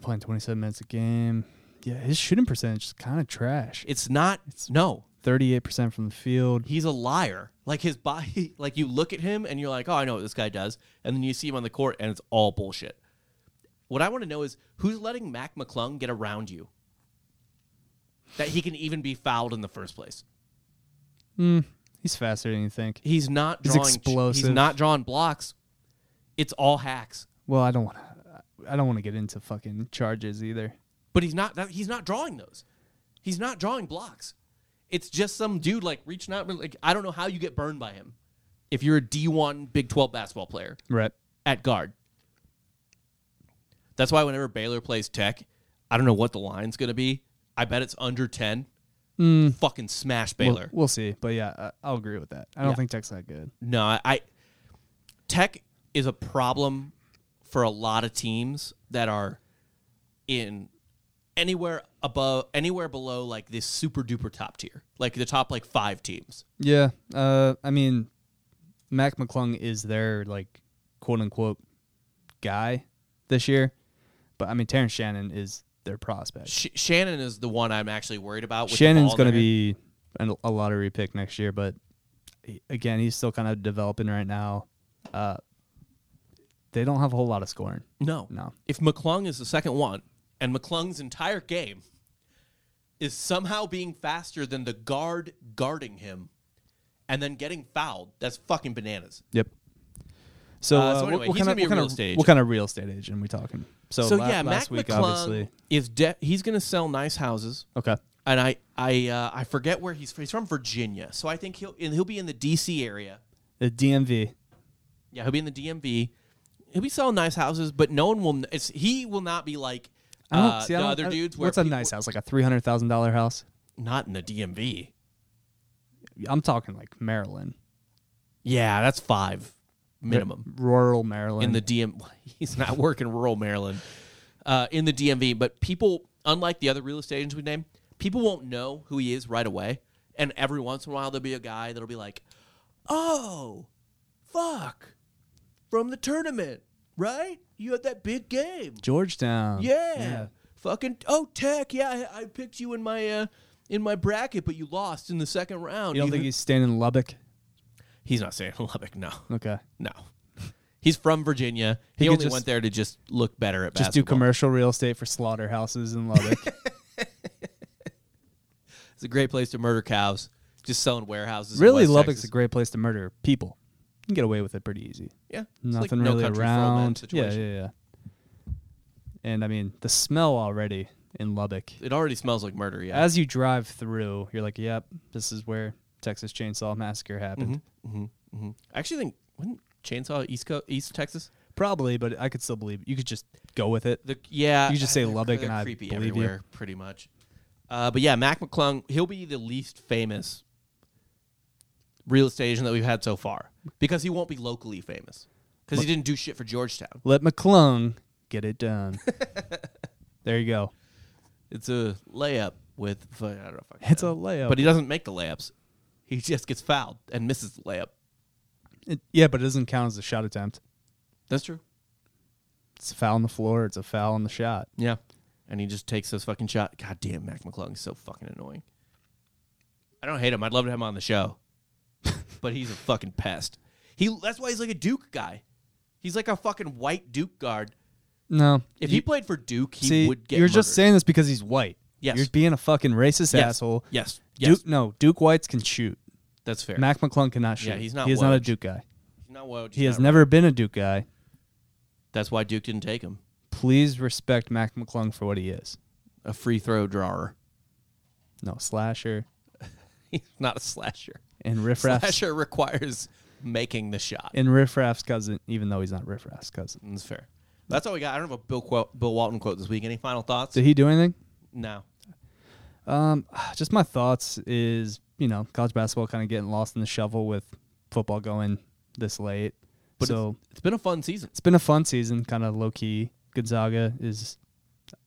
[SPEAKER 4] Playing 27 minutes a game. Yeah, his shooting percentage is kind of trash.
[SPEAKER 3] it's not no
[SPEAKER 4] 38% from the field.
[SPEAKER 3] he's a liar like his body like you look at him and you're like oh i know what this guy does and then you see him on the court and it's all bullshit what i want to know is who's letting mac mcclung get around you that he can even be fouled in the first place
[SPEAKER 4] He's faster than you think.
[SPEAKER 3] He's not
[SPEAKER 4] He's
[SPEAKER 3] drawing.
[SPEAKER 4] explosive.
[SPEAKER 3] He's not drawing blocks. It's all hacks.
[SPEAKER 4] Well, I don't want to. I don't want to get into fucking charges either.
[SPEAKER 3] But he's not. That, he's not drawing those. He's not drawing blocks. It's just some dude like reaching out. Like I don't know how you get burned by him. If you're a D1 Big 12 basketball player
[SPEAKER 4] Right.
[SPEAKER 3] at guard, that's why whenever Baylor plays Tech, I don't know what the line's gonna be. I bet it's under 10. Fucking smash
[SPEAKER 4] Hmm. We'll-
[SPEAKER 3] Baylor.
[SPEAKER 4] We'll, see. But yeah, I, I'll agree with that. I don't think Tech's that good.
[SPEAKER 3] No, I, I tech is a problem for a lot of teams that are in anywhere above anywhere below like this super duper top tier. Like the top like 5 teams.
[SPEAKER 4] Yeah. Uh, I mean, Mac McClung is their like quote unquote guy this year, but I mean Terrence Shannon is their prospect.
[SPEAKER 3] Sh- Shannon is the one I'm actually worried about with the
[SPEAKER 4] Shannon's
[SPEAKER 3] ball
[SPEAKER 4] going to
[SPEAKER 3] there.
[SPEAKER 4] be an, a lottery pick next year, but he- again, he's still kind of developing right now. Uh, they don't have a whole lot of scoring.
[SPEAKER 3] No.
[SPEAKER 4] No.
[SPEAKER 3] If McClung is the second one and McClung's entire game is somehow being faster than the guard guarding him and then getting fouled, that's fucking bananas.
[SPEAKER 4] Yep.
[SPEAKER 3] Uh,
[SPEAKER 4] So, uh,
[SPEAKER 3] so
[SPEAKER 4] what-
[SPEAKER 3] anyway,
[SPEAKER 4] what,
[SPEAKER 3] he's
[SPEAKER 4] kind
[SPEAKER 3] gonna
[SPEAKER 4] of
[SPEAKER 3] be
[SPEAKER 4] what
[SPEAKER 3] a
[SPEAKER 4] kind
[SPEAKER 3] real
[SPEAKER 4] of-
[SPEAKER 3] estate
[SPEAKER 4] what
[SPEAKER 3] agent.
[SPEAKER 4] kind of real estate agent we talking? So,
[SPEAKER 3] So
[SPEAKER 4] la-
[SPEAKER 3] yeah, Mac
[SPEAKER 4] last week
[SPEAKER 3] McClung
[SPEAKER 4] obviously.
[SPEAKER 3] is de- he's going to sell nice houses,
[SPEAKER 4] Okay.
[SPEAKER 3] and I I uh, I forget where he's from. He's from Virginia, so I think he'll and he'll be in the D.C. area.
[SPEAKER 4] The DMV.
[SPEAKER 3] Yeah, he'll be in the DMV. He'll be selling nice houses, but no one will. kn- It's he will not be like
[SPEAKER 4] I don't-
[SPEAKER 3] uh,
[SPEAKER 4] see, I
[SPEAKER 3] the
[SPEAKER 4] don't-
[SPEAKER 3] other
[SPEAKER 4] I-
[SPEAKER 3] dudes. Where
[SPEAKER 4] What's a
[SPEAKER 3] people-
[SPEAKER 4] nice house? Like a three hundred thousand dollar house?
[SPEAKER 3] Not in the DMV.
[SPEAKER 4] I'm talking like Maryland,
[SPEAKER 3] Yeah, that's five minimum
[SPEAKER 4] rural Maryland.
[SPEAKER 3] in the DM. He's not working rural Maryland uh, in the DMV, but people, unlike the other real estate agents we named, people won't know who he is right away And every once in a while, there'll be a guy that'll be like, "Oh, fuck, from the tournament, right? You had that big game,
[SPEAKER 4] Georgetown.
[SPEAKER 3] yeah. fucking oh Tech, yeah, I, I picked you in my uh, in my bracket, but you lost in the second round.
[SPEAKER 4] You don't think he's staying in Lubbock?
[SPEAKER 3] he's not saying Lubbock? No,
[SPEAKER 4] Okay.
[SPEAKER 3] no, he's from Virginia. He,
[SPEAKER 4] He could
[SPEAKER 3] only
[SPEAKER 4] just-
[SPEAKER 3] went there to just look better at
[SPEAKER 4] Just do
[SPEAKER 3] basketball.
[SPEAKER 4] commercial real estate for slaughterhouses in Lubbock.
[SPEAKER 3] It's a great place to murder cows. Just selling warehouses. in
[SPEAKER 4] really,
[SPEAKER 3] West
[SPEAKER 4] Lubbock's
[SPEAKER 3] Texas.
[SPEAKER 4] a great place to murder people. You can get away with it pretty easy.
[SPEAKER 3] yeah. it's like
[SPEAKER 4] Nothing
[SPEAKER 3] no
[SPEAKER 4] really
[SPEAKER 3] country for old men
[SPEAKER 4] around. Yeah,
[SPEAKER 3] situation.
[SPEAKER 4] yeah, yeah. And I mean, the smell already in Lubbock.
[SPEAKER 3] It already smells like murder. Yeah,
[SPEAKER 4] As you drive through, you're like, "Yep, this is where Texas Chainsaw Massacre happened."
[SPEAKER 3] Mm-hmm. I actually think wouldn't Chainsaw East Co- East Texas.
[SPEAKER 4] Probably, but I could still believe you could just go with it.
[SPEAKER 3] The, yeah,
[SPEAKER 4] You just say
[SPEAKER 3] they're-
[SPEAKER 4] Lubbock
[SPEAKER 3] they're
[SPEAKER 4] and I
[SPEAKER 3] creepy
[SPEAKER 4] believe you.
[SPEAKER 3] everywhere, pretty much. Uh, but yeah, Mac McClung, he'll be the least famous real estate agent that we've had so far because he won't be locally famous because he didn't do shit for Georgetown.
[SPEAKER 4] Let McClung get it done. there you go.
[SPEAKER 3] It's a layup with fu- I don't know. If I can
[SPEAKER 4] It's a
[SPEAKER 3] say it.
[SPEAKER 4] layup.
[SPEAKER 3] but he doesn't make the layups. He just gets fouled and misses the layup.
[SPEAKER 4] It- yeah, but it doesn't count as a shot attempt.
[SPEAKER 3] That's true.
[SPEAKER 4] It's a foul on the floor. It's a foul on the shot.
[SPEAKER 3] Yeah. And he just takes those fucking shot. God damn, Mac McClung is so fucking annoying. I don't hate him. I'd love to have him on the show. but he's a fucking pest. He that's why he's like a Duke guy. He's like a fucking white Duke guard.
[SPEAKER 4] No,
[SPEAKER 3] If
[SPEAKER 4] You-
[SPEAKER 3] he played for Duke, he
[SPEAKER 4] see,
[SPEAKER 3] would get
[SPEAKER 4] you're just
[SPEAKER 3] murdered.
[SPEAKER 4] saying this because he's white.
[SPEAKER 3] Yes.
[SPEAKER 4] you're being a fucking racist
[SPEAKER 3] Yes.
[SPEAKER 4] asshole.
[SPEAKER 3] Yes. Yes.
[SPEAKER 4] Duke, no, Duke whites can shoot.
[SPEAKER 3] That's fair.
[SPEAKER 4] Mac McClung cannot shoot.
[SPEAKER 3] Yeah, he's not
[SPEAKER 4] He is not a
[SPEAKER 3] Woj.
[SPEAKER 4] Duke guy.
[SPEAKER 3] He's not wild,
[SPEAKER 4] He
[SPEAKER 3] he's
[SPEAKER 4] has
[SPEAKER 3] not-
[SPEAKER 4] never been a Duke guy.
[SPEAKER 3] That's why Duke didn't take him.
[SPEAKER 4] Please respect Mac McClung for what he is.
[SPEAKER 3] A free throw drawer.
[SPEAKER 4] No slasher
[SPEAKER 3] He's not a slasher.
[SPEAKER 4] and riffraff.
[SPEAKER 3] Slasher requires making the shot.
[SPEAKER 4] And riffraff's cousin, even though he's not riffraff's cousin.
[SPEAKER 3] That's fair. That's all we got. I don't have a Bill quote, Bill Walton quote this week. Any final thoughts?
[SPEAKER 4] Did he do anything?
[SPEAKER 3] no.
[SPEAKER 4] Um, just my thoughts is you know college basketball kind of getting lost in the shovel with football going this late.
[SPEAKER 3] But
[SPEAKER 4] so
[SPEAKER 3] it's been a fun season.
[SPEAKER 4] it's been a fun season, kind of low key. Gonzaga is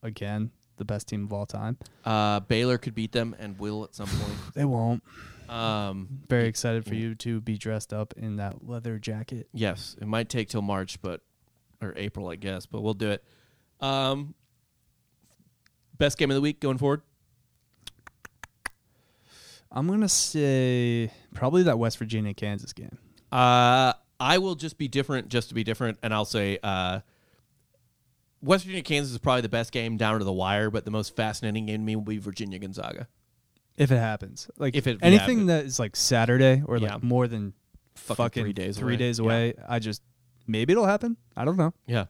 [SPEAKER 4] again the best team of all time.
[SPEAKER 3] Uh, Baylor could beat them and will at some point.
[SPEAKER 4] They won't.
[SPEAKER 3] Um,
[SPEAKER 4] Very excited for you to be dressed up in that leather jacket.
[SPEAKER 3] yes, it might take till March, but or April, I guess, but we'll do it. Um, best game of the week going forward.
[SPEAKER 4] I'm gonna say probably that West Virginia Kansas game.
[SPEAKER 3] Uh, I will just be different, just to be different, and I'll say uh, West Virginia Kansas is probably the best game down to the wire, but the most fascinating game to me will be Virginia Gonzaga.
[SPEAKER 4] If it happens, like
[SPEAKER 3] If it-
[SPEAKER 4] anything
[SPEAKER 3] yeah, if
[SPEAKER 4] that is like Saturday or
[SPEAKER 3] Yeah.
[SPEAKER 4] like more than
[SPEAKER 3] Fucking
[SPEAKER 4] fucking,
[SPEAKER 3] three days
[SPEAKER 4] three
[SPEAKER 3] away.
[SPEAKER 4] days
[SPEAKER 3] Yeah.
[SPEAKER 4] away, I just maybe it'll happen. I don't know.
[SPEAKER 3] Yeah,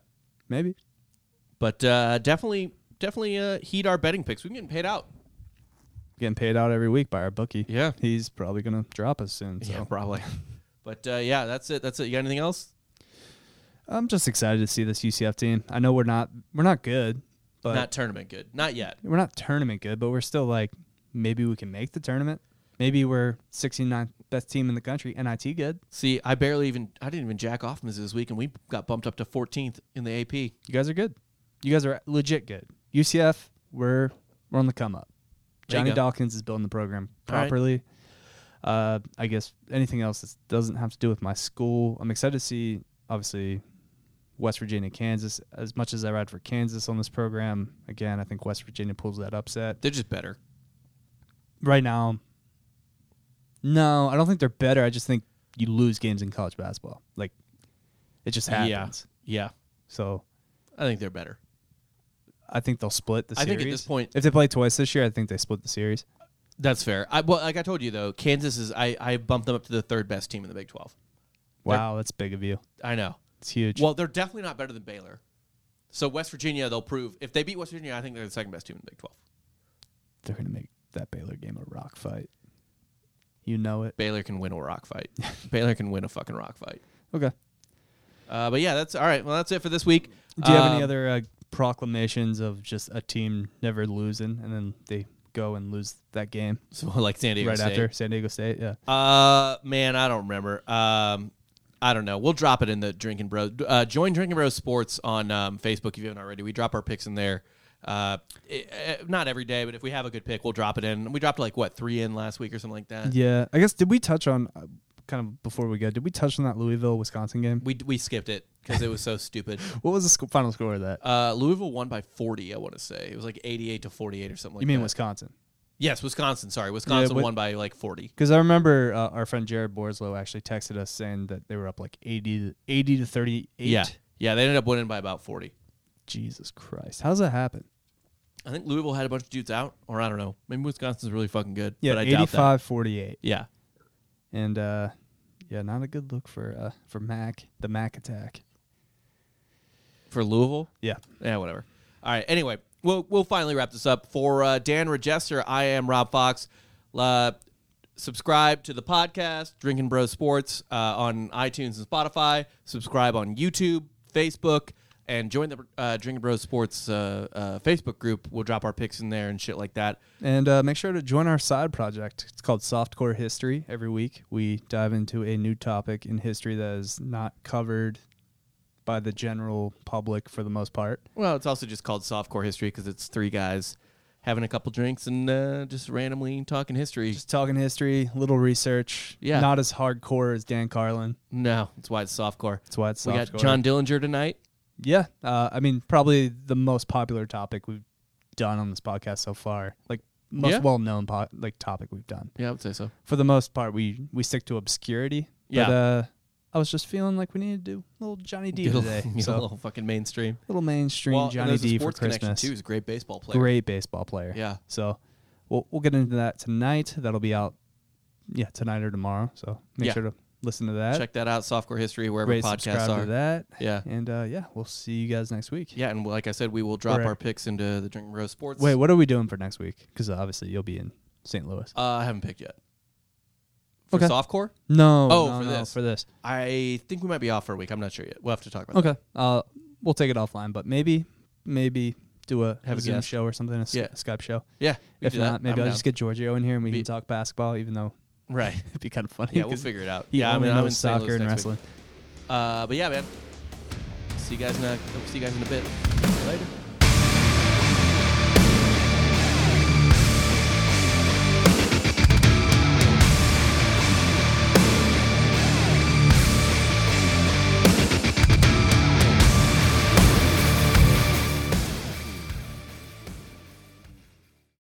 [SPEAKER 4] Maybe
[SPEAKER 3] but uh, definitely, definitely uh, heed our betting picks. We're getting paid out.
[SPEAKER 4] getting paid out every week by our bookie.
[SPEAKER 3] Yeah.
[SPEAKER 4] he's probably gonna drop us soon. So
[SPEAKER 3] Yeah, probably. but uh, yeah, that's it. That's it. You got anything else?
[SPEAKER 4] I'm just excited to see this UCF team. I know we're not we're not good, but
[SPEAKER 3] Not tournament good. Not yet.
[SPEAKER 4] we're not tournament good, but we're still like maybe we can make the tournament. Maybe we're 69th best team in the country. NIT good.
[SPEAKER 3] See, I barely even I didn't even jack off this week, and we got bumped up to 14th in the AP.
[SPEAKER 4] You guys are good. You guys are legit good. UCF, we're we're on the come up.
[SPEAKER 3] There you
[SPEAKER 4] Johnny
[SPEAKER 3] go.
[SPEAKER 4] Dawkins is building the program
[SPEAKER 3] All right.
[SPEAKER 4] properly. Uh, I guess anything else that doesn't have to do with my school. I'm excited to see obviously West Virginia, Kansas. As much as I ride for Kansas on this program, again, I think West Virginia pulls that upset.
[SPEAKER 3] They're just better.
[SPEAKER 4] Right now, no, I don't think they're better. I just think you lose games in college basketball. Like it just happens.
[SPEAKER 3] Yeah, yeah.
[SPEAKER 4] So
[SPEAKER 3] I think they're better.
[SPEAKER 4] I think they'll split the
[SPEAKER 3] I
[SPEAKER 4] series.
[SPEAKER 3] think at this point-
[SPEAKER 4] if they play twice this year, I think they split the series.
[SPEAKER 3] That's fair. I, well, like I told you though, Kansas is I I bumped them up to the third best team in the Big 12.
[SPEAKER 4] Wow, that's big of you.
[SPEAKER 3] I know.
[SPEAKER 4] It's huge.
[SPEAKER 3] Well, they're definitely not better than Baylor. So West Virginia, they'll prove if they beat West Virginia, I think they're the second best team in the Big 12.
[SPEAKER 4] they're gonna make that Baylor game a rock fight. You know it.
[SPEAKER 3] Baylor can win a rock fight. Baylor can win a fucking rock fight.
[SPEAKER 4] Okay.
[SPEAKER 3] Uh, but yeah, that's all right. Well, that's it for this week.
[SPEAKER 4] Do you have
[SPEAKER 3] Um,
[SPEAKER 4] any other uh, proclamations of just a team never losing and then they go and lose that game
[SPEAKER 3] So like San Diego
[SPEAKER 4] right
[SPEAKER 3] State.
[SPEAKER 4] after San Diego State? Yeah.
[SPEAKER 3] Uh, man, I don't remember. Um, I don't know. We'll drop it in the Drinking Bros. Uh, join Drinking Bros Sports on um, Facebook if you haven't already. We drop our picks in there. Uh, it, uh, not every day, but if we have a good pick, we'll drop it in. We dropped like what three in last week or something like that.
[SPEAKER 4] Yeah, I guess did we touch on uh, kind of before we go? Did we touch on that Louisville Wisconsin game?
[SPEAKER 3] We we skipped it because it was so stupid.
[SPEAKER 4] What was the sc- final score of that?
[SPEAKER 3] Uh, Louisville won by forty. I want to say it was like eighty-eight to forty-eight or something.
[SPEAKER 4] you
[SPEAKER 3] like
[SPEAKER 4] mean
[SPEAKER 3] that.
[SPEAKER 4] Wisconsin?
[SPEAKER 3] Yes, Wisconsin. Sorry, Wisconsin
[SPEAKER 4] Wi-
[SPEAKER 3] won by like forty.
[SPEAKER 4] Because I remember uh, our friend Jared Borslow actually texted us saying that they were up like 80 to, 80 to 38.
[SPEAKER 3] Yeah, yeah, they ended up winning by about forty.
[SPEAKER 4] Jesus Christ. How's that happen?
[SPEAKER 3] I think Louisville had a bunch of dudes out, or I don't know. Maybe Wisconsin's really fucking good.
[SPEAKER 4] Yeah,
[SPEAKER 3] but I doubt that.
[SPEAKER 4] 85 48.
[SPEAKER 3] Yeah,
[SPEAKER 4] And uh, yeah, not a good look for uh, for Mac, the Mac attack.
[SPEAKER 3] for Louisville.
[SPEAKER 4] Yeah.
[SPEAKER 3] Yeah, whatever. All right. Anyway, we'll we'll finally wrap this up. For uh, Dan Regesser, I am Rob Fox. Uh, subscribe to the podcast, Drinking Bros Sports, uh, on iTunes and Spotify. Subscribe on YouTube, Facebook, and join the uh, Drinking Bros Sports uh, uh, Facebook group. We'll drop our picks in there and shit like that.
[SPEAKER 4] And uh, make sure to join our side project. It's called Softcore History. Every week we dive into a new topic in history that is not covered by the general public for the most part.
[SPEAKER 3] Well, it's also just called softcore history because it's three guys having a couple drinks and uh, just randomly talking history.
[SPEAKER 4] Just talking history, little research.
[SPEAKER 3] Yeah.
[SPEAKER 4] Not as hardcore as Dan Carlin.
[SPEAKER 3] no, that's why it's softcore.
[SPEAKER 4] That's why it's
[SPEAKER 3] We got
[SPEAKER 4] softcore.
[SPEAKER 3] John Dillinger tonight.
[SPEAKER 4] Yeah. Uh, I mean, probably the most popular topic we've done on this podcast so far. Like most
[SPEAKER 3] Yeah.
[SPEAKER 4] well-known po- like topic we've done.
[SPEAKER 3] Yeah, I would say so.
[SPEAKER 4] For the most part, we we stick to obscurity.
[SPEAKER 3] Yeah.
[SPEAKER 4] But uh, I was just feeling like we needed to do a little Johnny D
[SPEAKER 3] Get a
[SPEAKER 4] today.
[SPEAKER 3] little- get a
[SPEAKER 4] so
[SPEAKER 3] little fucking mainstream.
[SPEAKER 4] little mainstream
[SPEAKER 3] Well, and
[SPEAKER 4] Johnny
[SPEAKER 3] there's a
[SPEAKER 4] D for
[SPEAKER 3] sports connection
[SPEAKER 4] Christmas.
[SPEAKER 3] too. He's a great baseball player.
[SPEAKER 4] Great baseball player.
[SPEAKER 3] Yeah.
[SPEAKER 4] So we'll we'll get into that tonight. That'll be out yeah, tonight or tomorrow. So make
[SPEAKER 3] Yeah.
[SPEAKER 4] sure to listen to that.
[SPEAKER 3] Check that out. Softcore history wherever
[SPEAKER 4] Rate,
[SPEAKER 3] podcasts
[SPEAKER 4] subscribe
[SPEAKER 3] are.
[SPEAKER 4] to that.
[SPEAKER 3] Yeah.
[SPEAKER 4] And uh, yeah, we'll see you guys next week.
[SPEAKER 3] Yeah, and like I said, we will drop
[SPEAKER 4] We're-
[SPEAKER 3] our picks into the Drinking Bros Sports.
[SPEAKER 4] Wait, what are we doing for next week? Because obviously you'll be in St. Louis.
[SPEAKER 3] uh, I haven't picked yet. For
[SPEAKER 4] Okay.
[SPEAKER 3] softcore,
[SPEAKER 4] no.
[SPEAKER 3] oh,
[SPEAKER 4] no,
[SPEAKER 3] for
[SPEAKER 4] no,
[SPEAKER 3] this.
[SPEAKER 4] For this.
[SPEAKER 3] I think we might be off for a week. I'm not sure yet. We'll have to talk about.
[SPEAKER 4] Okay. Uh, we'll take it offline, but maybe, maybe do a
[SPEAKER 3] Have a
[SPEAKER 4] Zoom
[SPEAKER 3] guest.
[SPEAKER 4] show or something, a s-
[SPEAKER 3] Yeah.
[SPEAKER 4] Skype show.
[SPEAKER 3] That. Yeah. we can
[SPEAKER 4] if
[SPEAKER 3] do that.
[SPEAKER 4] not, maybe
[SPEAKER 3] I'm
[SPEAKER 4] will
[SPEAKER 3] down.
[SPEAKER 4] just get Giorgio in here and we
[SPEAKER 3] Be-
[SPEAKER 4] can talk basketball, even though
[SPEAKER 3] right.
[SPEAKER 4] it'd be kind of funny.
[SPEAKER 3] Yeah, we'll
[SPEAKER 4] 'cause
[SPEAKER 3] figure it out.
[SPEAKER 4] he
[SPEAKER 3] Yeah, I
[SPEAKER 4] only
[SPEAKER 3] mean, I'm
[SPEAKER 4] knows
[SPEAKER 3] in St. Louis
[SPEAKER 4] soccer and
[SPEAKER 3] next week.
[SPEAKER 4] wrestling.
[SPEAKER 3] Uh, but yeah, man. See you guys in a, see you guys in a bit.
[SPEAKER 4] Later.